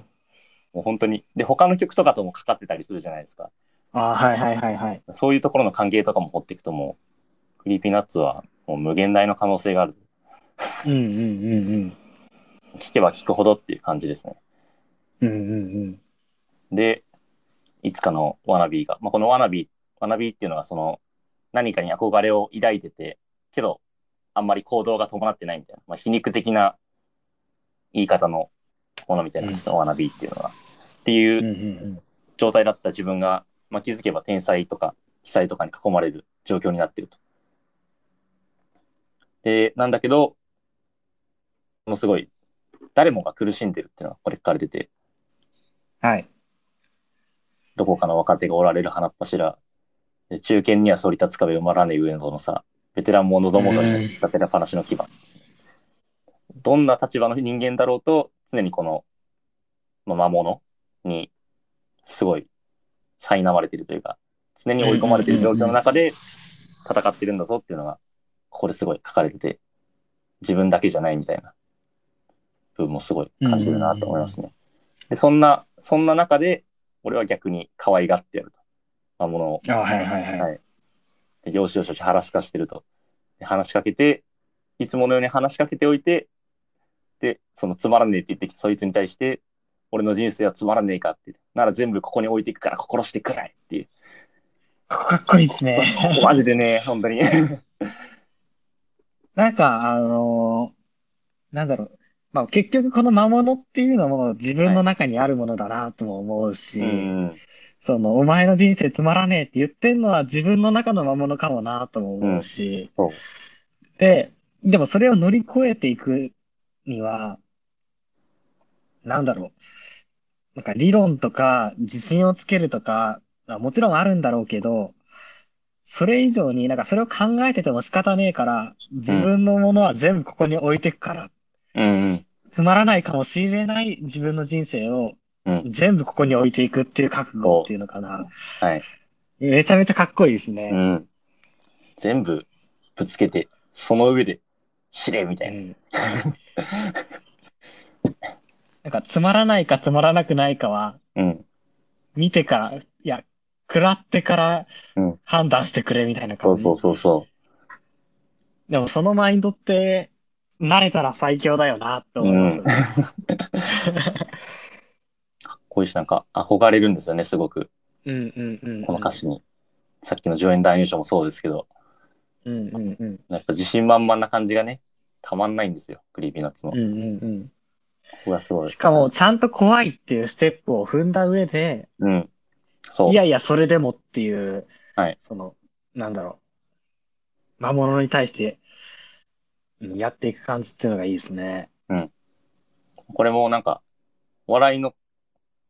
S2: もう本当に。で、他の曲とかともかかってたりするじゃないですか。
S1: ああ、はいはいはいはい。
S2: そういうところの関係とかも掘っていくともう、クリーピーナッツはもう無限大の可能性がある。
S1: うんうんうん
S2: 聞けば聞くほどっていう感じですね。
S1: うん。うんうんうん。
S2: で、いつかのワナビーが、まあ、このワナビー、ワナビーっていうのはその、何かに憧れを抱いてて、けど、あんまり行動が伴ってないみたいな、まあ、皮肉的な言い方のものみたいなんですけど、ワナビーっていうのは。っていううん
S1: うん
S2: 状態だった自分が、まあ、気づけば天才とか被災とかに囲まれる状況になってると。で、なんだけど、ものすごい、誰もが苦しんでるっていうのがこれ書かれてて、
S1: はい。
S2: どこかの若手がおられる花っ柱、で中堅にはそり立つ壁埋まらねえ上野のさ、ベテランも喉元に立てな話の牙。どんな立場の人間だろうと、常にこの、まあ、魔物に、すごい、苛まれてるというか、常に追い込まれてる状況の中で戦ってるんだぞっていうのが、ここですごい書かれてて、自分だけじゃないみたいな部分もすごい感じるなと思いますね。で、そんな、そんな中で、俺は逆に可愛がってやると。魔物を。
S1: ああ、はいはいはい。
S2: でよしよしよし、腹すかしてると。で話しかけて、いつものように話しかけておいて、で、そのつまらねえって言ってきたそいつに対して、俺の人生はつまらねえかって。なら全部ここに置いていくから心してくらいっていう。
S1: ここかっこいいですね。
S2: マジでね、本当に。
S1: なんか、あのーなんだろう。まあ結局この魔物っていうのも自分の中にあるものだなとも思うし、
S2: うん。
S1: そのお前の人生つまらねえって言ってんのは自分の中の魔物かもなとも思うし、
S2: そう
S1: で、でもそれを乗り越えていくには、なんだろう。なんか理論とか自信をつけるとか、まあもちろんあるんだろうけど、それ以上になんかそれを考えてても仕方ねえから、自分のものは全部ここに置いてくから、
S2: うん
S1: つまらないかもしれない自分の人生を
S2: うん。うん。
S1: 全部ここに置いていくっていう覚悟っていうのかな。
S2: はい。
S1: めちゃめちゃかっこいいです
S2: う
S1: ね。
S2: ん。全部ぶつけて、その上で、知れみた
S1: う
S2: いな。
S1: んなんかつまらないかつまらなくないかは、
S2: うん。
S1: 見てから、いや、食らってから
S2: うん
S1: 判断してくれみたいな
S2: そ
S1: 感
S2: う
S1: じ。
S2: そうそうそ
S1: でもそのマインドって、慣れたら最強だよなって
S2: う。
S1: 思いうます
S2: ん。
S1: よ
S2: か
S1: ね。
S2: っこういうし、なんか憧れるんですよね、すごく。
S1: うんうんうんうん。
S2: この歌詞に。さっきの上演男優賞もそうですけど、
S1: うんうんうん。
S2: やっぱ自信満々な感じがね、たまんないんですよ、クリーピーナッツの。
S1: うん
S2: こ
S1: うん
S2: こがす
S1: う
S2: ご
S1: ん。
S2: い。
S1: しかも、、ちゃんと怖いっていうステップを踏んだ上で、
S2: うん。そう。
S1: いやいや、それでもっていう、
S2: はい
S1: その、なんだろう。魔物に対して、うんやっていく感じっていうのがいいですね。
S2: これもなんか、お笑いの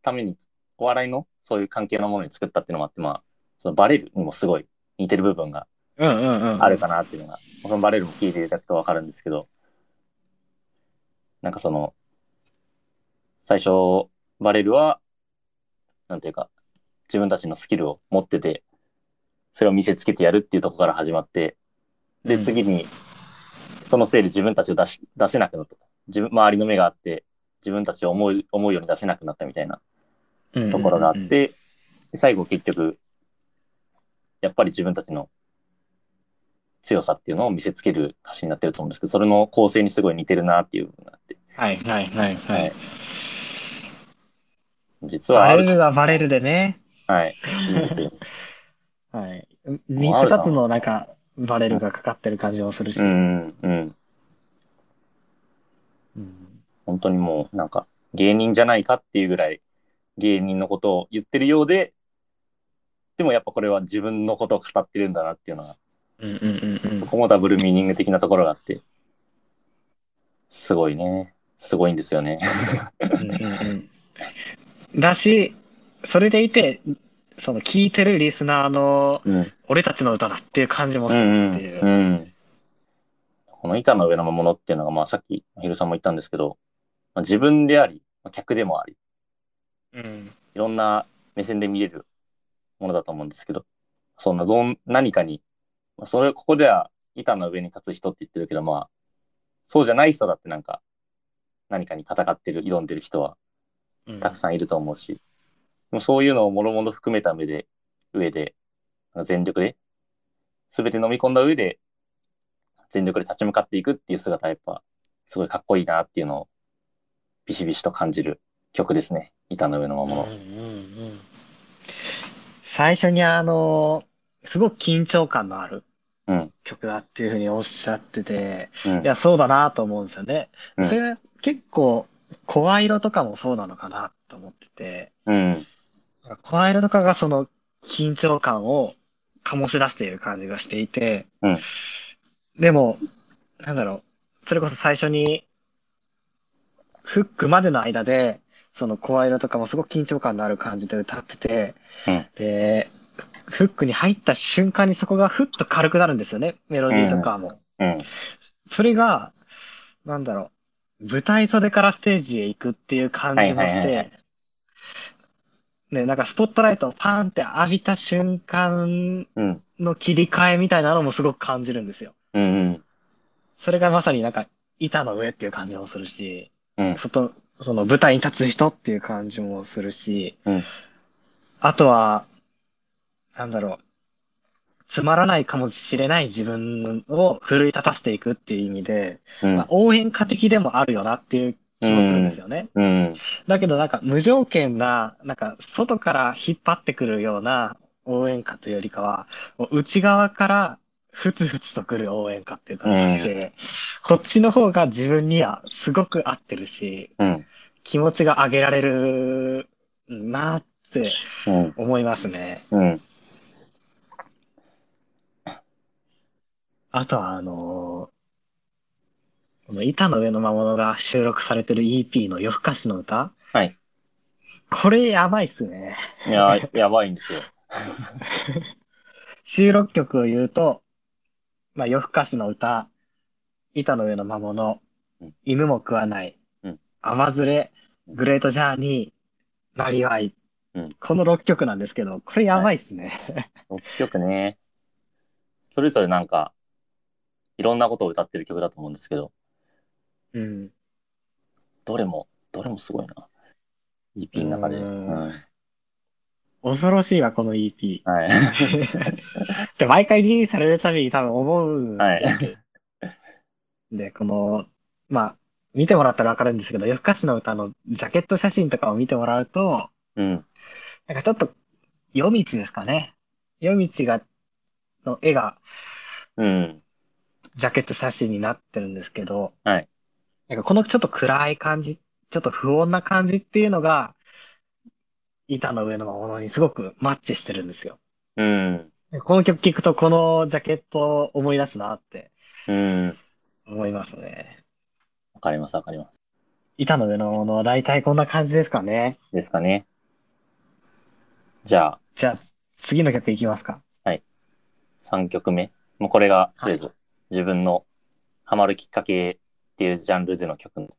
S2: ために、お笑いのそういう関係のものに作ったっていうのもあって、まあ、そのバレるにもすごい似てる部分が
S1: うんうんうん。
S2: あるかなっていうのが、そのバレるも聞いていただくとわかるんですけど、なんかその、最初、バレルは、なんていうか、自分たちのスキルを持ってて、それを見せつけてやるっていうところから始まって、で、
S1: うん
S2: 次に、そのせいで自分たちを出し出せなくなった。自分、周りの目があって、自分たちを思う思うように出せなくなったみたいなところがあっ
S1: うんうんうん
S2: て、で最後結局、やっぱり自分たちの強さっていうのを見せつける歌詞になってると思うんですけど、それの構成にすごい似てるなっていう部分があって、
S1: はいはいはいは
S2: はいい。実は
S1: バ
S2: あ
S1: レ
S2: る、
S1: ルがバレルでね。
S2: はい、いいん ですよ。
S1: はい。
S2: もうあるな
S1: 二つのなんか、バレルがかかってる感じもするし。
S2: うん、うん。
S1: うん
S2: 本当にもう、なんか、芸人じゃないかっていうぐらい、芸人のことを言ってるようで、でもやっぱこれは自分のことを語ってるんだなっていうのが、
S1: うんうんうん
S2: ここもダブルミーニング的なところがあって、すごいね。すごいんですよね。
S1: うんうんうんうん。だし、それでいて、その聞いてるリスナーの
S2: うん。
S1: 俺たちの歌だっていう感じもす
S2: う
S1: る
S2: ん
S1: っていう
S2: う。んうんこの板の上の魔物っていうのが、まあ、さっきヒルさんも言ったんですけど、まあ、自分であり、まあ客でもあり、
S1: うん
S2: いろんな目線で見れるものだと思うんですけど、そんなどん何かに、まあ、それ、ここでは板の上に立つ人って言ってるけど、まあ、そうじゃない人だってなんか、何かに戦ってる、挑んでる人は
S1: うん
S2: たくさんいると思うし、もうそういうのをもろもろ含めた上で、上で、全力で、すべて飲み込んだ上で、全力で立ち向かっていくっていう姿はやっぱ、すごいかっこいいなっていうのを、ビシビシと感じる曲ですね。板の上の魔
S1: うんうん
S2: 物。
S1: うん最初にあの、すごく緊張感のある
S2: うん。
S1: 曲だっていうふうにおっしゃってて、
S2: うん
S1: いや、そうだなと思うんですよね。
S2: うん
S1: それ結構、声色とかもそうなのかなと思ってて、
S2: うん。
S1: 声色とかがその緊張感を醸し出している感じがしていて、
S2: うん
S1: でも、なんだろう、それこそ最初に、フックまでの間で、その声色とかもすごく緊張感のある感じで歌ってて、
S2: うん
S1: で、フックに入った瞬間にそこがふっと軽くなるんですよね、メロディーとかも。
S2: うん。
S1: それが、なんだろう、舞台袖からステージへ行くっていう感じがし
S2: はいはいは
S1: て、ね、なんかスポットライトをパーンって浴びた瞬間
S2: うん。
S1: の切り替えみたいなのもすごく感じるんですよ。
S2: うん。うん。
S1: それがまさになんか板の上っていう感じもするし、
S2: うん
S1: 外、その舞台に立つ人っていう感じもするし、
S2: うん
S1: あとは、なんだろう、つまらないかもしれない自分を奮い立たせていくっていう意味で、
S2: うん
S1: まあ、応援歌的でもあるよなっていう気もするんですよね。
S2: うん。
S1: だけどなんか無条件な、なんか外から引っ張ってくるような応援歌というよりかは、もう内側からふつふつとくる応援歌っていう感じがして、こっちの方が自分にはすごく合ってるし、
S2: うん。
S1: 気持ちが上げられるなって
S2: うん。
S1: 思いますね。
S2: うん。
S1: あとはあのーこの板の上の魔物が収録されてる EP の夜更かしの歌
S2: はい。
S1: これやばいっすね。
S2: いや、やばいんですよ。
S1: 収録曲を言うと、まあ、夜更かしの歌、板の上の魔物
S2: うん、
S1: 犬も食わない
S2: うん、
S1: 甘ずれ、
S2: うん
S1: グレートジャーニー、なりわい
S2: うん。
S1: この6曲なんですけど、これやばいっすね。
S2: 6曲ね。それぞれなんか、いろんなことを歌ってる曲だと思うんですけど、
S1: うん。
S2: どれもどれもすごいな。EP の中で。
S1: う
S2: う
S1: ーん
S2: ん
S1: 恐ろしいわ、この EP。
S2: はい。
S1: で、毎回リリースされるたびに多分思うんで、
S2: はい。
S1: でこの、まあ、見てもらったらわかるんですけど、夜更かしの歌のジャケット写真とかを見てもらうと、
S2: うん。
S1: なんかちょっと、夜道ですかね。夜道が、の絵が、
S2: うん。
S1: ジャケット写真になってるんですけど、
S2: はい。
S1: なんかこのちょっと暗い感じ、ちょっと不穏な感じっていうのが、板の上のものにすごくマッチしてるんですよ。
S2: うん。
S1: この曲聴くとこのジャケットを思い出すなって
S2: うん。
S1: 思いますね。
S2: わかります、わかります。
S1: 板の上のものは大体こんな感じですかね。
S2: ですかね。じゃあ、
S1: じゃあ次の曲いきますか。
S2: 3曲目。もうこれが、とりあえず、自分のハマるきっかけっていうジャンルでの曲の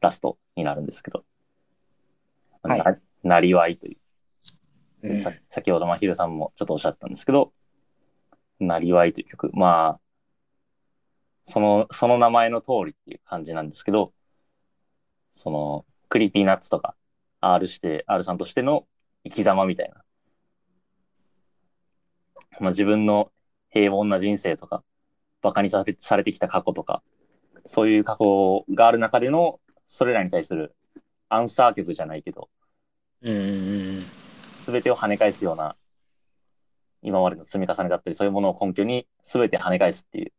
S2: ラストになるんですけど。
S1: はい
S2: ななりわいとい
S1: う
S2: うで
S1: ん
S2: さ先ほどまひるさんもちょっとおっしゃったんですけど、なりわいという曲、まあ、その、その名前の通りっていう感じなんですけど、その、クリーピーナッツとか、R して、R さんとしての生き様みたいな。まあ自分の平凡な人生とか、馬鹿にされされてきた過去とか、そういう過去がある中での、それらに対するアンサー曲じゃないけど、
S1: うんうんうん
S2: 全てを跳ね返すような、今までの積み重ねだったり、そういうものを根拠に全て跳ね返すっていう。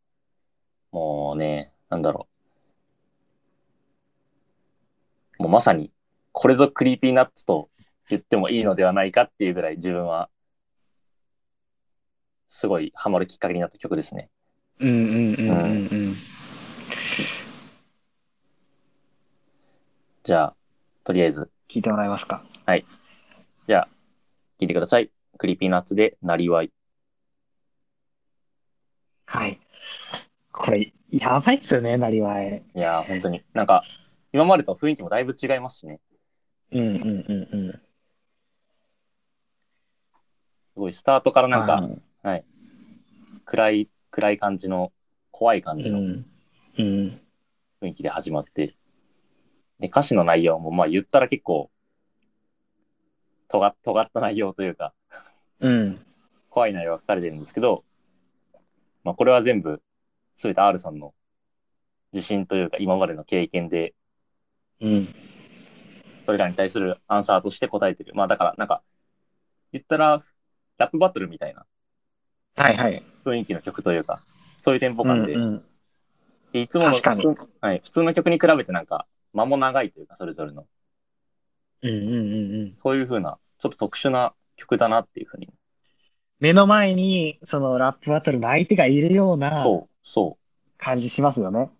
S2: もうね、なんだろう。もうまさに、これぞクリーピーナッツと言ってもいいのではないかっていうぐらい自分は、すごいハマるきっかけになった曲ですね。
S1: うんうんうんうんうん。
S2: じゃあ、とりあえず、
S1: 聴いてもらえますか。
S2: じゃあ、聴いてください。クリーピーナッツで、なりわい。
S1: はい。これ、やばいっすよね、なりわい。
S2: いやー、本当に。なんか、今までと雰囲気もだいぶ違いますしね。
S1: うんうんうんうん。
S2: すごい、スタートからなんか
S1: あ、ー
S2: 暗い暗い感じの怖い感じ
S1: う
S2: の
S1: ん。うん。
S2: 雰囲気で始まって、で歌詞の内容もまあ言ったら結構尖っ尖った内容というか
S1: うん。
S2: 怖い内容が書かれてるんですけど、まあ、これは全部全て R さんの自信というか今までの経験で
S1: うん。
S2: それらに対するアンサーとして答えてるまあだからなんか言ったらラップバトルみたいな
S1: はいはい。
S2: 雰囲気の曲というかそういうテンポ感で、
S1: うんうん
S2: でいつもの
S1: 確かに
S2: 普通はい、普通の曲に比べてなんか間も長いというかそれぞれの
S1: うんうんうんうん。
S2: そういう風な、ちょっと特殊な曲だなっていう風に。
S1: 目の前に、そのラップバトルの相手がいるような
S2: そう、そ
S1: 感じしますよね。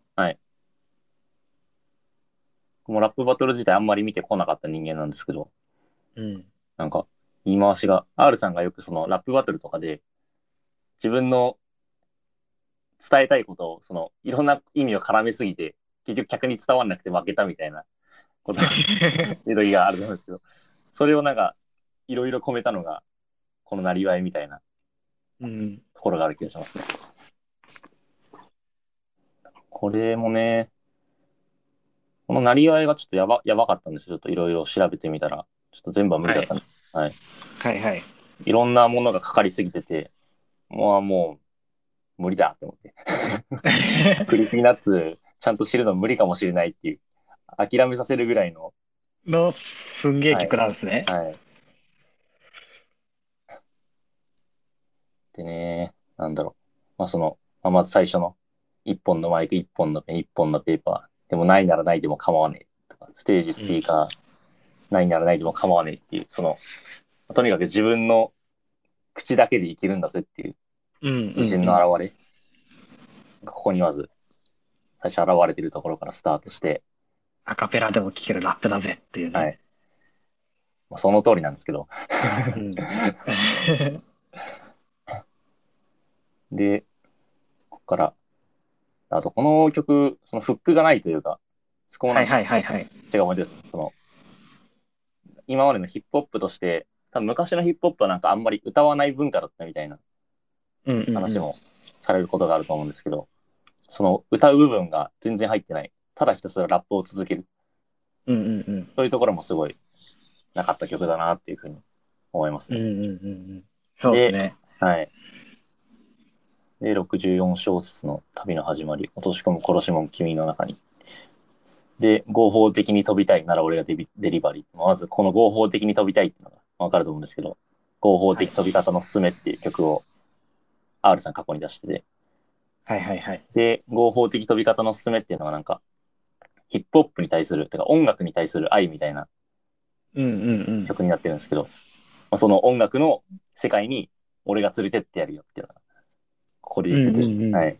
S2: う。もうラップバトル自体あんまり見てこなかった人間なんですけど、
S1: うん。
S2: なんか、言い回しが、R さんがよくそのラップバトルとかで、自分の伝えたいことを、その、いろんな意味を絡めすぎて、結局客に伝わんなくて負けたみたいなことを言う時があると思うんですけど、それをなんか、いろいろ込めたのが、このなりわいみたいな
S1: うん。
S2: ところがある気がしますね。これもね、このなりわいがちょっとやばやばかったんですよ。ちょっといろいろ調べてみたら、ちょっと全部は無理だったんです。
S1: はいはい。
S2: いろんなものがかかりすぎてて、もうもう無理だって思って。クリーピーナッツちゃんと知るの無理かもしれないっていう、諦めさせるぐらいの、
S1: の、すんげえ曲なんですね。
S2: はい。でね、なんだろう。まあ、その、まあ、まず最初の、一本のマイク、一本のペン、一本のペーパー、でもないならないでも構わねえとか、ステージ、スピーカー、ないならないでも構わねえっていう、その、とにかく自分の口だけで生きるんだぜっていう
S1: うんうん
S2: 自信の表れ、ここにまず、最初現れてるところからスタートして、
S1: アカペラでも聴けるラップだぜっていうね。
S2: はいまあ、その通りなんですけど、
S1: うん
S2: で、ここから、あとこの曲、そのフックがないというか、そこも
S1: は
S2: ないんか
S1: はいはいはい。
S2: 手が面白いです、その、今までのヒップホップとして、多分昔のヒップホップはなんかあんまり歌わない文化だったみたいな
S1: うんうんうん
S2: 話もされることがあると思うんですけど、その歌う部分が全然入ってない。ただひたすらラップを続ける。
S1: うんうんうん。
S2: そういうところもすごいなかった曲だなっていうふうに思います
S1: うん
S2: ね。
S1: うんうんうん。そうですね。
S2: はい。で、64小節の旅の始まり、落とし込む殺しもん君の中に。で、合法的に飛びたいなら俺がデビデリバリー。まず、この合法的に飛びたいっていうのがわかると思うんですけど、合法的飛び方のすすめっていう曲を R さん過去に出してて、
S1: はいはいはい。
S2: で、合法的飛び方のすすめっていうのはなんか、ヒップホップに対する、てか音楽に対する愛みたいな
S1: うんうんうん。
S2: 曲になってるんですけど、まあ、その音楽の世界に俺が連れてってやるよっていうのが、ここで言ってて、
S1: うんうんうん
S2: はい。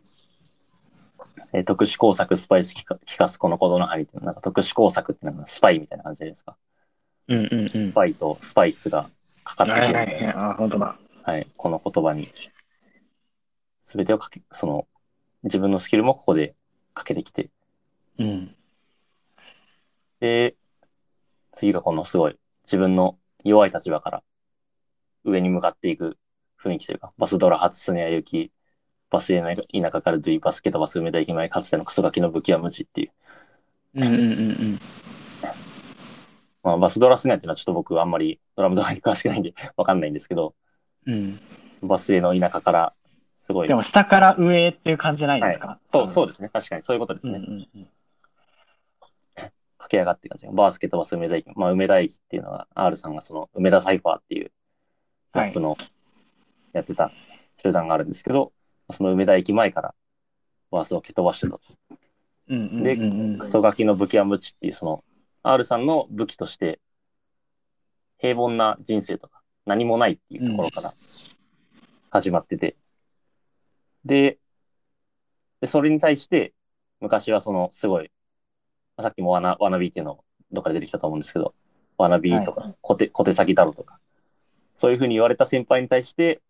S2: えー特殊工作スパイス聞かすこの子の針っていうのはなんか特殊工作ってなんかスパイみたいな感じじゃないですか。
S1: うんうんうん
S2: ス。パイとスパイスがかかって
S1: はい
S2: るみ
S1: は
S2: た
S1: いはいい。
S2: な、
S1: あ、本当だ。
S2: はい、この言葉に、すべてをかけ、その、自分のスキルもここでかけてきて、
S1: うん。
S2: で、次がこのすごい自分の弱い立場から上に向かっていく雰囲気というか、バスドラ初スネア行き、バスへの田舎からドゥイバスケとバス梅田駅前かつてのクソガキの武器は無知っていう。
S1: うんうんうんうん。
S2: まあ、バスドラスネアっていうのはちょっと僕あんまりドラムとかに詳しくないんでわかんないんですけど、
S1: うん、
S2: バスへの田舎からすごい。
S1: でも下から上へっていう感じじゃないですか。
S2: そう、そう
S1: で
S2: ですね。確かにそういうことです
S1: うん
S2: ね。
S1: うんうん。
S2: 駆け上がっていく感じ。バースケとバス梅田駅。まあ、梅田駅っていうのが R さんがその梅田サイファーっていうラップのやってた集団があるんですけど、その梅田駅前からバースを蹴飛ばしてたと。
S1: うんうんうんう
S2: ク
S1: ん。
S2: ソガキの武器は無知っていうその R さんの武器として平凡な人生とか何もないっていうところから始まってて、ででそれに対して昔はそのすごいまあさっきもわなわなびっていうのどっかで出てきたと思うんですけどわなびとか小手小手先だろとかそういうふうに言われた先輩に対して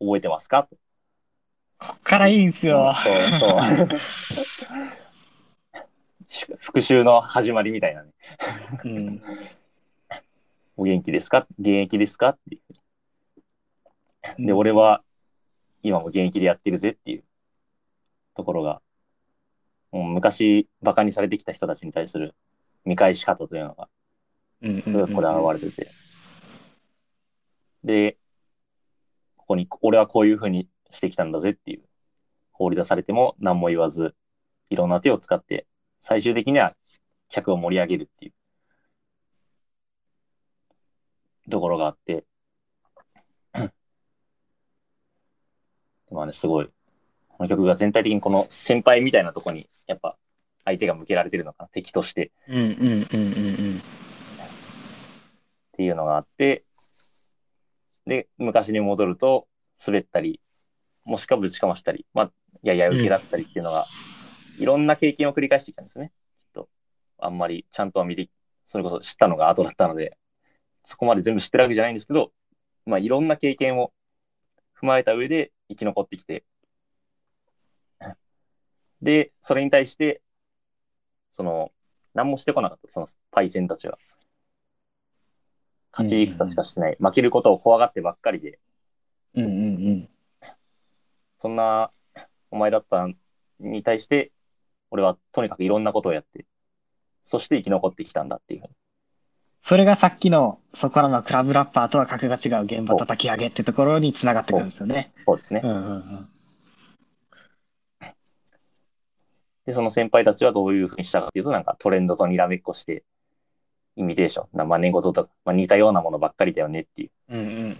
S2: 覚えてますかと
S1: こっからいいんすよ。
S2: そうそう復讐の始まりみたいなね。
S1: うん。
S2: お元気ですか現役ですかっていう。で、俺は今も現役でやってるぜっていうところが、もう昔バカにされてきた人たちに対する見返し方というのが、
S1: うんう
S2: こ
S1: ん
S2: れ
S1: うん、
S2: 現れてて。で、ここに、俺はこういうふうにしてきたんだぜっていう、放り出されても何も言わず、いろんな手を使って、最終的には客を盛り上げるっていうところがあって、 まあね、すごい、この曲が全体的にこの先輩みたいなとこに、やっぱ相手が向けられてるのかな、敵として。
S1: うんうんうんうん
S2: っていうのがあって、で、昔に戻ると、滑ったり、もしくはぶちかましたり、まあ、やや受けだったりっていうのが、いろんな経験を繰り返してきたんですね。きっと、あんまりちゃんとは見て、それこそ知ったのが後だったので、そこまで全部知ってるわけじゃないんですけど、まあ、いろんな経験を踏まえた上で生き残ってきて、で、それに対して、その、何もしてこなかった、そのパイセンたちは。勝ち戦しかしてない、負けることを怖がってばっかりで、
S1: うん。うんうんうん。
S2: そんなお前だったに対して、俺はとにかくいろんなことをやって、そして生き残ってきたんだっていうふうに。
S1: それがさっきのそこらのクラブラッパーとは格が違う現場叩き上げってところに繋がってくるんですよね。
S2: そうですね
S1: う。んうんうん。
S2: で、その先輩たちはどういうふうにしたかっていうと、なんかトレンドとにらめっこして、イミテーション、な真似事とか、まあ、似たようなものばっかりだよねっていう。
S1: うんうんうんうん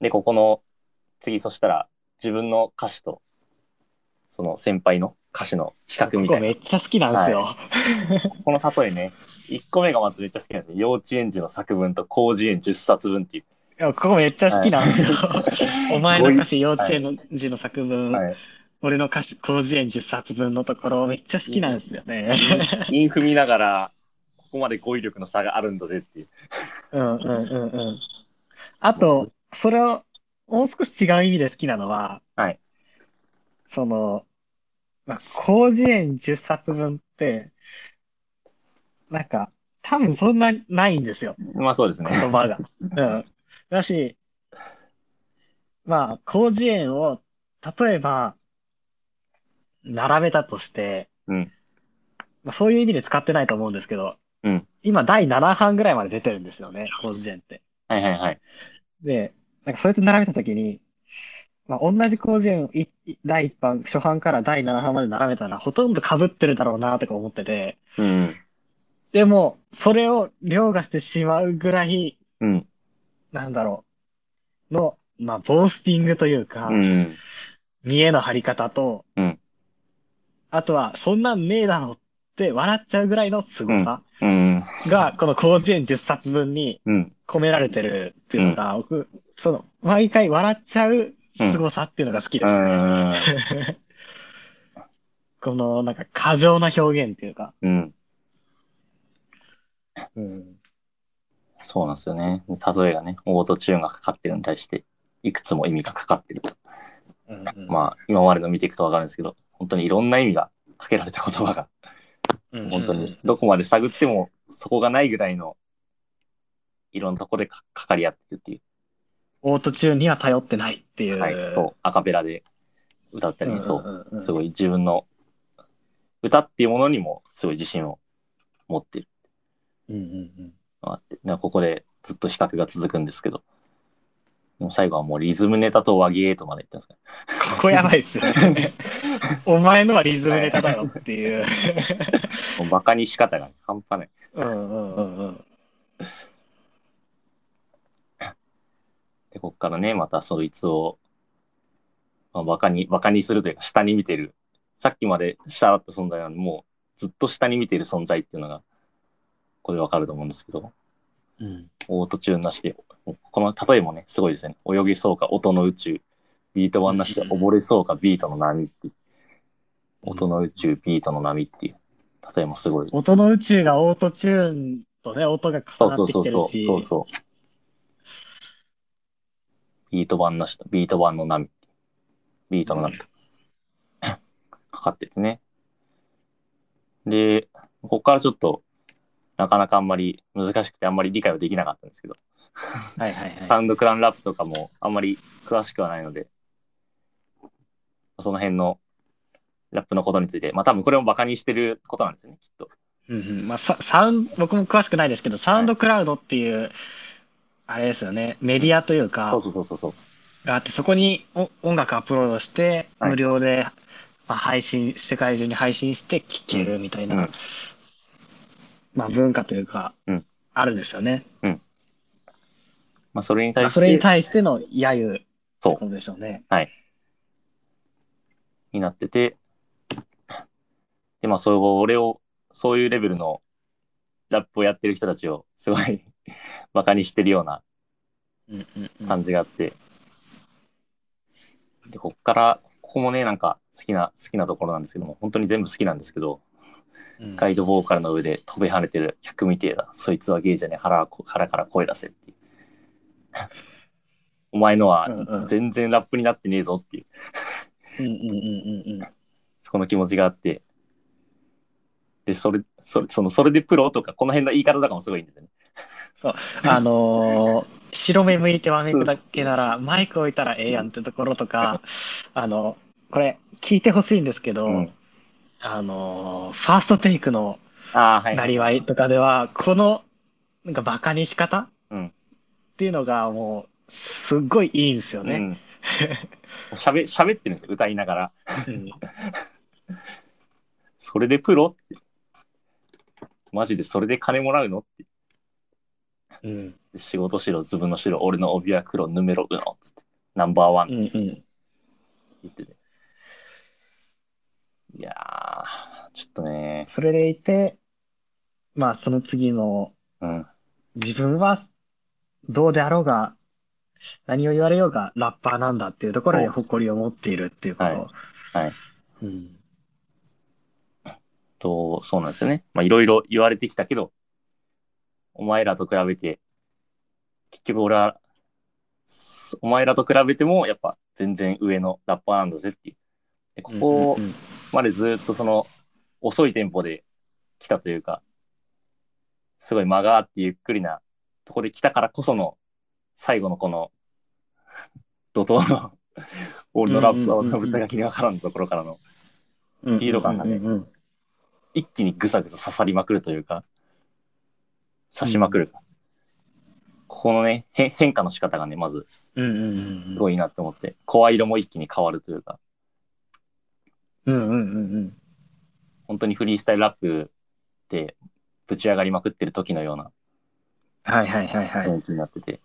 S2: で、ここの、次、そしたら、自分の歌詞と、その先輩の歌詞の比較
S1: うん。
S2: み
S1: こ
S2: た
S1: こ
S2: いな
S1: め。っちゃ好きなんですよ。
S2: この例えね、1個目がまずめっちゃ好きなんですよ。幼稚園児の作文と広辞苑10冊分っていう。
S1: いやここめっちゃ好きなんですよ。お前の歌詞、幼稚園の字の作文、
S2: はい、
S1: 俺の歌詞、広辞苑10冊分のところ、めっちゃ好きなんですよね。
S2: インフミながら、ここまで語彙力の差があるんだぜっていう。
S1: うんうんうんうん。あと、それを、もう少し違う意味で好きなのは、
S2: はい
S1: その、まあ、広辞苑10冊分って、なんか、多分そんなないんですよ、
S2: まあそう ですね。
S1: 言葉が。うん。だし、まあ、広辞苑を、例えば、並べたとして、
S2: うん
S1: まあ、そういう意味で使ってないと思うんですけど、
S2: うん
S1: 今第7版ぐらいまで出てるんですよね、広辞苑って。
S2: はいはいはい。
S1: で、なんかそれと並べたときに、まあ、同じ広辞苑をいい第1版、初版から第7版まで並べたらほとんど被ってるだろうなとか思ってて、
S2: うん。
S1: でも、それを凌駕してしまうぐらい、
S2: うん。
S1: なんだろう、の、まあ、ボースティングというか、
S2: うん。
S1: 見栄の張り方と、
S2: うん
S1: あとは、そんなんねえだろって笑っちゃうぐらいの凄さ
S2: うん。
S1: が、この広辞苑10冊分に
S2: うん。
S1: 込められてるっていうのが、僕、その、毎回笑っちゃう凄さっていうのが好きで
S2: う
S1: すね。
S2: ん。
S1: この、なんか、過剰な表現っていうか。
S2: うん。
S1: うん。
S2: そうなんですよね。例えがね、オートチューンがかかってるのに対して、いくつも意味がかかってると。
S1: うん
S2: まあ、今までの見ていくとわかるんですけど、本当にいろんな意味がかけられた言葉が、
S1: あ、
S2: 本当
S1: うん
S2: にどこまで探ってもそこがないぐらいの、いろんなとこでかかかり合ってるっていう。
S1: オートチューンには頼ってないっていう。
S2: はい、そう、アカペラで歌った
S1: うんうん
S2: り、
S1: うん。
S2: そう、
S1: うん
S2: すごい自分の歌っていうものにもすごい自信を持ってる
S1: うんうん
S2: のがあって、なんかここでずっと比較が続くんですけど、でも最後はもうリズムネタと和芸とまで言ってま
S1: ここやばいっすよね。 お前のはリズムネタだよっていう。
S2: すね。もうバカに仕方が半端ない。
S1: うんうんうんうん。
S2: で、こっからね、またそいつを、まあ、バカに、バカにするというか、下に見てる。さっきまで下だった存在なのに、もうずっと下に見てる存在っていうのが、これわかると思うんですけど、
S1: うん
S2: オートチューンなしで、この例えもね、すごいですね。泳ぎそうか音の宇宙、ビート版なしで溺れそうかビートの波っていう。音の宇宙、ビートの波っていう。例えもすごい。
S1: 音の宇宙がオートチューンとね、音が
S2: そ
S1: 重
S2: う
S1: な
S2: そ
S1: っ
S2: う
S1: て
S2: そ
S1: きて
S2: うそ
S1: る
S2: う。
S1: し。
S2: そうそう。ビート版なしと、ビート版の波。ビートの波。かかっててね。で、ここからちょっと、なかなかあんまり難しくてあんまり理解はできなかったんですけど、
S1: はいはいはい。
S2: サウンドクランラップとかもあんまり詳しくはないので、その辺のラップのことについて、まあ多分これもバカにしてることなんですよね、きっと。
S1: うんうんまあ、ササウン僕も詳しくないですけど、サウンドクラウドっていう、あれですよね、メディアというか、
S2: そうそうそうそう。
S1: があって、そこにお音楽アップロードして、
S2: はい
S1: 無料で、まあ、配信、世界中に配信して聴けるみたいな、
S2: うん
S1: まあ、文化というか、
S2: うん
S1: あるんですよね。
S2: まあそれに
S1: ま
S2: 対
S1: あ
S2: し
S1: それに
S2: て
S1: 対しての揶揄って
S2: そう
S1: ことでしょうね。
S2: になってて、で、まあそれを、そういうレベルのラップをやってる人たちをすごい バカにしてるような
S1: うんうんうん
S2: 感じがあって、で、こっから、ここもね、なんか好きな、好きなところなんですけども、本当に全部好きなんですけど、
S1: うん
S2: ガイドボーカルの上で飛び跳ねてる客みてえだ。そいつはゲイじゃねえ腹はこ腹から声出せっていう。 お前のは
S1: うんうん
S2: 全然ラップになってねえぞっていう、
S1: うんうんうんうんうん
S2: そこの気持ちがあって。で、それ、それ、その、それでプロとか、この辺の言い方とかもすごいんですよね。
S1: あのー白目向いてわめくだけなら、マイク置いたらええやんってところと か、あの、これ、聞いてほしいんですけど、
S2: うん
S1: あのーファーストテイクの
S2: ああ、はい。
S1: なりわいとかでは、この、なんかバカにし方、
S2: うん
S1: っていうのがもう、すっごいいいんですよ
S2: う
S1: ね。
S2: ん。喋、喋ってるんですよ、歌いながら。
S1: うん
S2: それでプロって。マジでそれで金もらうのって。
S1: うん
S2: 仕事しろ、自分のしろ、俺の帯は黒、ぬめろ、うの。つって。ナンバーワン。
S1: うんうん
S2: 言ってて。いやー、ちょっとね、
S1: それでいて、まあ、その次の、
S2: うん、
S1: 自分はどうであろうが、何を言われようがラッパーなんだっていうところに誇りを持っているっていうこと。
S2: はいはい
S1: うん
S2: と、そうなんですよね。まあ、いろいろ言われてきたけど、お前らと比べて、結局俺は、すお前らと比べても、やっぱ全然上のラッパーなんだぜっていう。でここ
S1: うんうん
S2: までずっとその、遅いテンポで来たというか、すごい間があってゆっくりなとこで来たからこその、最後のこの、怒涛の、俺のラップ
S1: うんうんうんう
S2: の
S1: ん
S2: ぶった書きにわからんところからの、
S1: うん
S2: スピード感がね
S1: うんうんうん
S2: 一気にぐさぐさ刺さりまくるというか、刺しまくる。ここのね、変変化の仕方がね、まず、
S1: うんうんう
S2: す
S1: ん
S2: ごいいいなって思って、声色も一気に変わるというか、
S1: うんうんうんうん
S2: 本当にフリースタイルラップでぶち上がりまくってる時のような
S1: はいはいはいはい、
S2: 雰囲気になってて、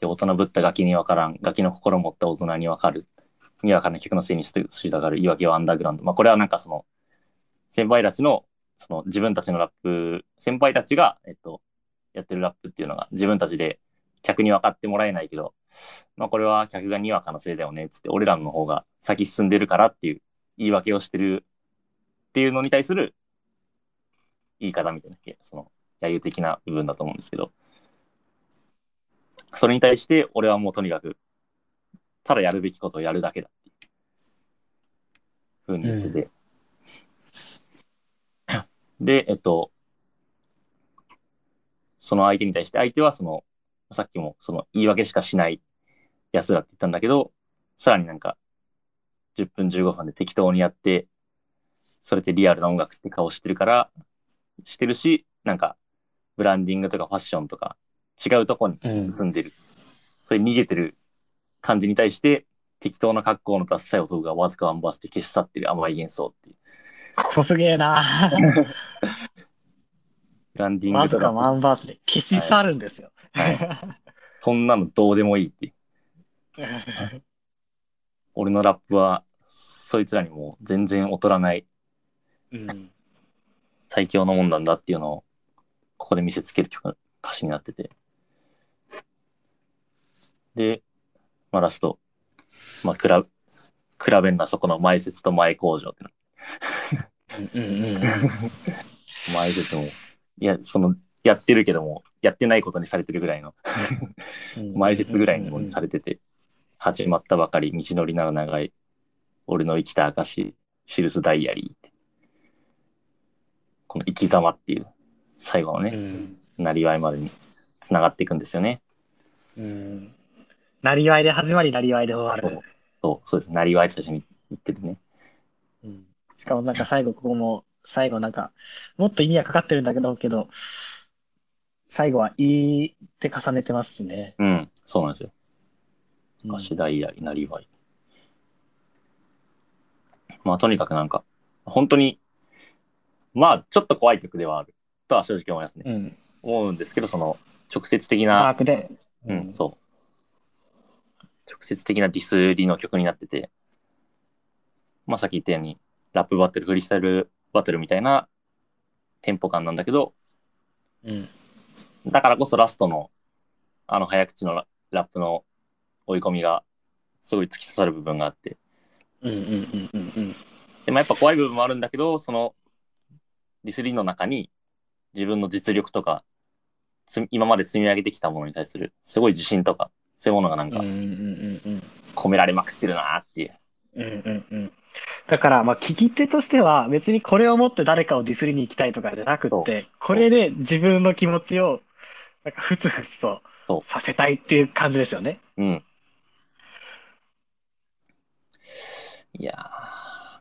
S2: で、大人ぶったガキにわからん、ガキの心持った大人にわかる、にわかんない客のせいにしてすたがる、言い訳はアンダーグラウンド。まあ、これはなんかその、先輩たちの、その自分たちのラップ、先輩たちが、えっと、やってるラップっていうのが自分たちで客に分かってもらえないけど、まあ、これは客がにわかのせいだよね、つって、俺らの方が先進んでるからっていう言い訳をしてるっていうのに対する言い方みたいな、その、揶揄的な部分だと思うんですけど、それに対して、俺はもうとにかく、ただやるべきことをやるだけだっていうふうに言ってて。で、えっと、その相手に対して、相手はその、さっきもその言い訳しかしない奴らって言ったんだけど、さらになんか、10分15分で適当にやって、それでリアルな音楽って顔してるから、してるし、なんか、ブランディングとかファッションとか、違うとこに
S1: うん
S2: 進んでる。それ逃げてる感じに対して、適当な格好のダッサい男がわずかワンバースで消し去ってる甘い幻想っていう。
S1: ここすげえな
S2: ブランディン
S1: わ
S2: グ
S1: ず
S2: と
S1: か
S2: か、
S1: ワンバースで消し去るんですよ、
S2: そんなのどうでもいいっていう。俺のラップは、そいつらにもう全然劣らない
S1: うん
S2: 最強のもんなんだっていうのを、ここで見せつける曲、歌詞になってて。で、まあラスト、まあ、比べ、比べんなそこの前説と前工場ってな。
S1: うんうんうん
S2: 前説も、いや、その、やってるけども、やってないことにされてるぐらいの、
S1: うん
S2: 前説ぐらいにもさ
S1: れ
S2: れてて、始まったばかり、道のりなら長い、俺の生きた証、記すダイアリーって。この生き様っていう、最後のね、なりわいまでにつながっていくんですよね。
S1: うんなりわいで始まりなりわいで終わる、
S2: そう、そうです。なりわいって最初に言ってるね。
S1: うんしかもなんか最後ここも最後なんかもっと意味はかかってるんだけどけど最後は「い」って重ねてますしね、
S2: うん、そうなんですよ。
S1: うん
S2: 足ダイヤリ、なりわい。まあ、とにかくなんか、本当に、まあ、ちょっと怖い曲ではあるとは正直思いますね。
S1: うん
S2: 思うんですけど、その、直接的な、
S1: マークで、
S2: うん、そう。直接的なディスりの曲になってて、まあさっき言ったように、ラップバトル、フリースタイルバトルみたいなテンポ感なんだけど、
S1: うん
S2: だからこそラストの、あの早口のララップの追い込みが、すごい突き刺さる部分があって、
S1: うんうんうんうんうん
S2: でもやっぱ怖い部分もあるんだけど、そのディスリーの中に自分の実力とか、つ今まで積み上げてきたものに対するすごい自信とか、そういうものがなん
S1: うんう
S2: か
S1: んうんうん
S2: 込められまくってるなーっていう。
S1: うんうんうんだから、まあ、聞き手としては、別にこれを持って誰かをディスりに行きたいとかじゃなく
S2: そ
S1: って、これで自分の気持ちを、なんか、ふつふつと
S2: そう
S1: させたいっていう感じですよね。
S2: うん。いやー、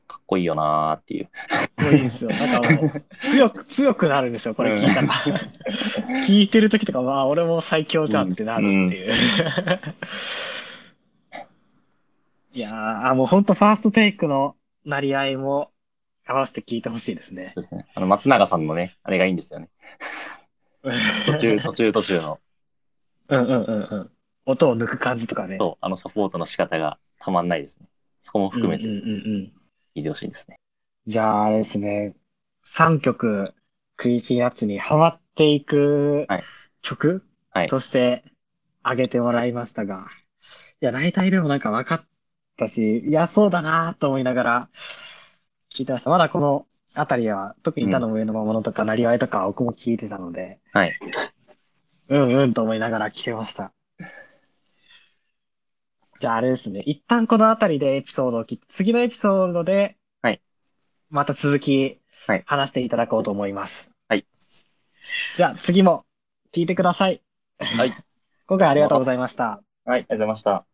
S2: かっこいいよなーっていう。
S1: すごいですよ。なんかもう、強く、強くなるんですよ、これ聞いたら。 聞いてる時とか、まあ、俺も最強じゃんってなるっていう。 いやー、もう本当ファーストテイクのなり合いも合わせて聞いてほしいですね。
S2: そうですね。あの、松永さんのね、あれがいいんですよね。途中、途中、途中の、
S1: うんうんうんうん。音を抜く感じとかね。
S2: そう、あのサポートの仕方がたまんないですね。そこも含めて
S1: うんう
S2: 聞
S1: んうんうん。
S2: いてほしいですね。
S1: じゃあ、あれですね。3曲、クリーピーナッツにハマっていく
S2: はい
S1: 曲
S2: はい
S1: として挙げてもらいましたが、いや、大体でもなんか分かったし、いや、そうだなと思いながら聞いてました。まだこのあたりは、特に板の上の魔物とか、なりわいとか、僕も聞いてたので、
S2: はい。
S1: うんうんと思いながら聞けました。じゃああれですね。一旦このあたりでエピソードを切って、次のエピソードで、
S2: はい。
S1: また続き
S2: はい、
S1: 話していただこうと思います。
S2: はい。
S1: じゃあ次も聞いてください。
S2: はい。
S1: 今回ありがとうございました。
S2: はい、ありがとうございました。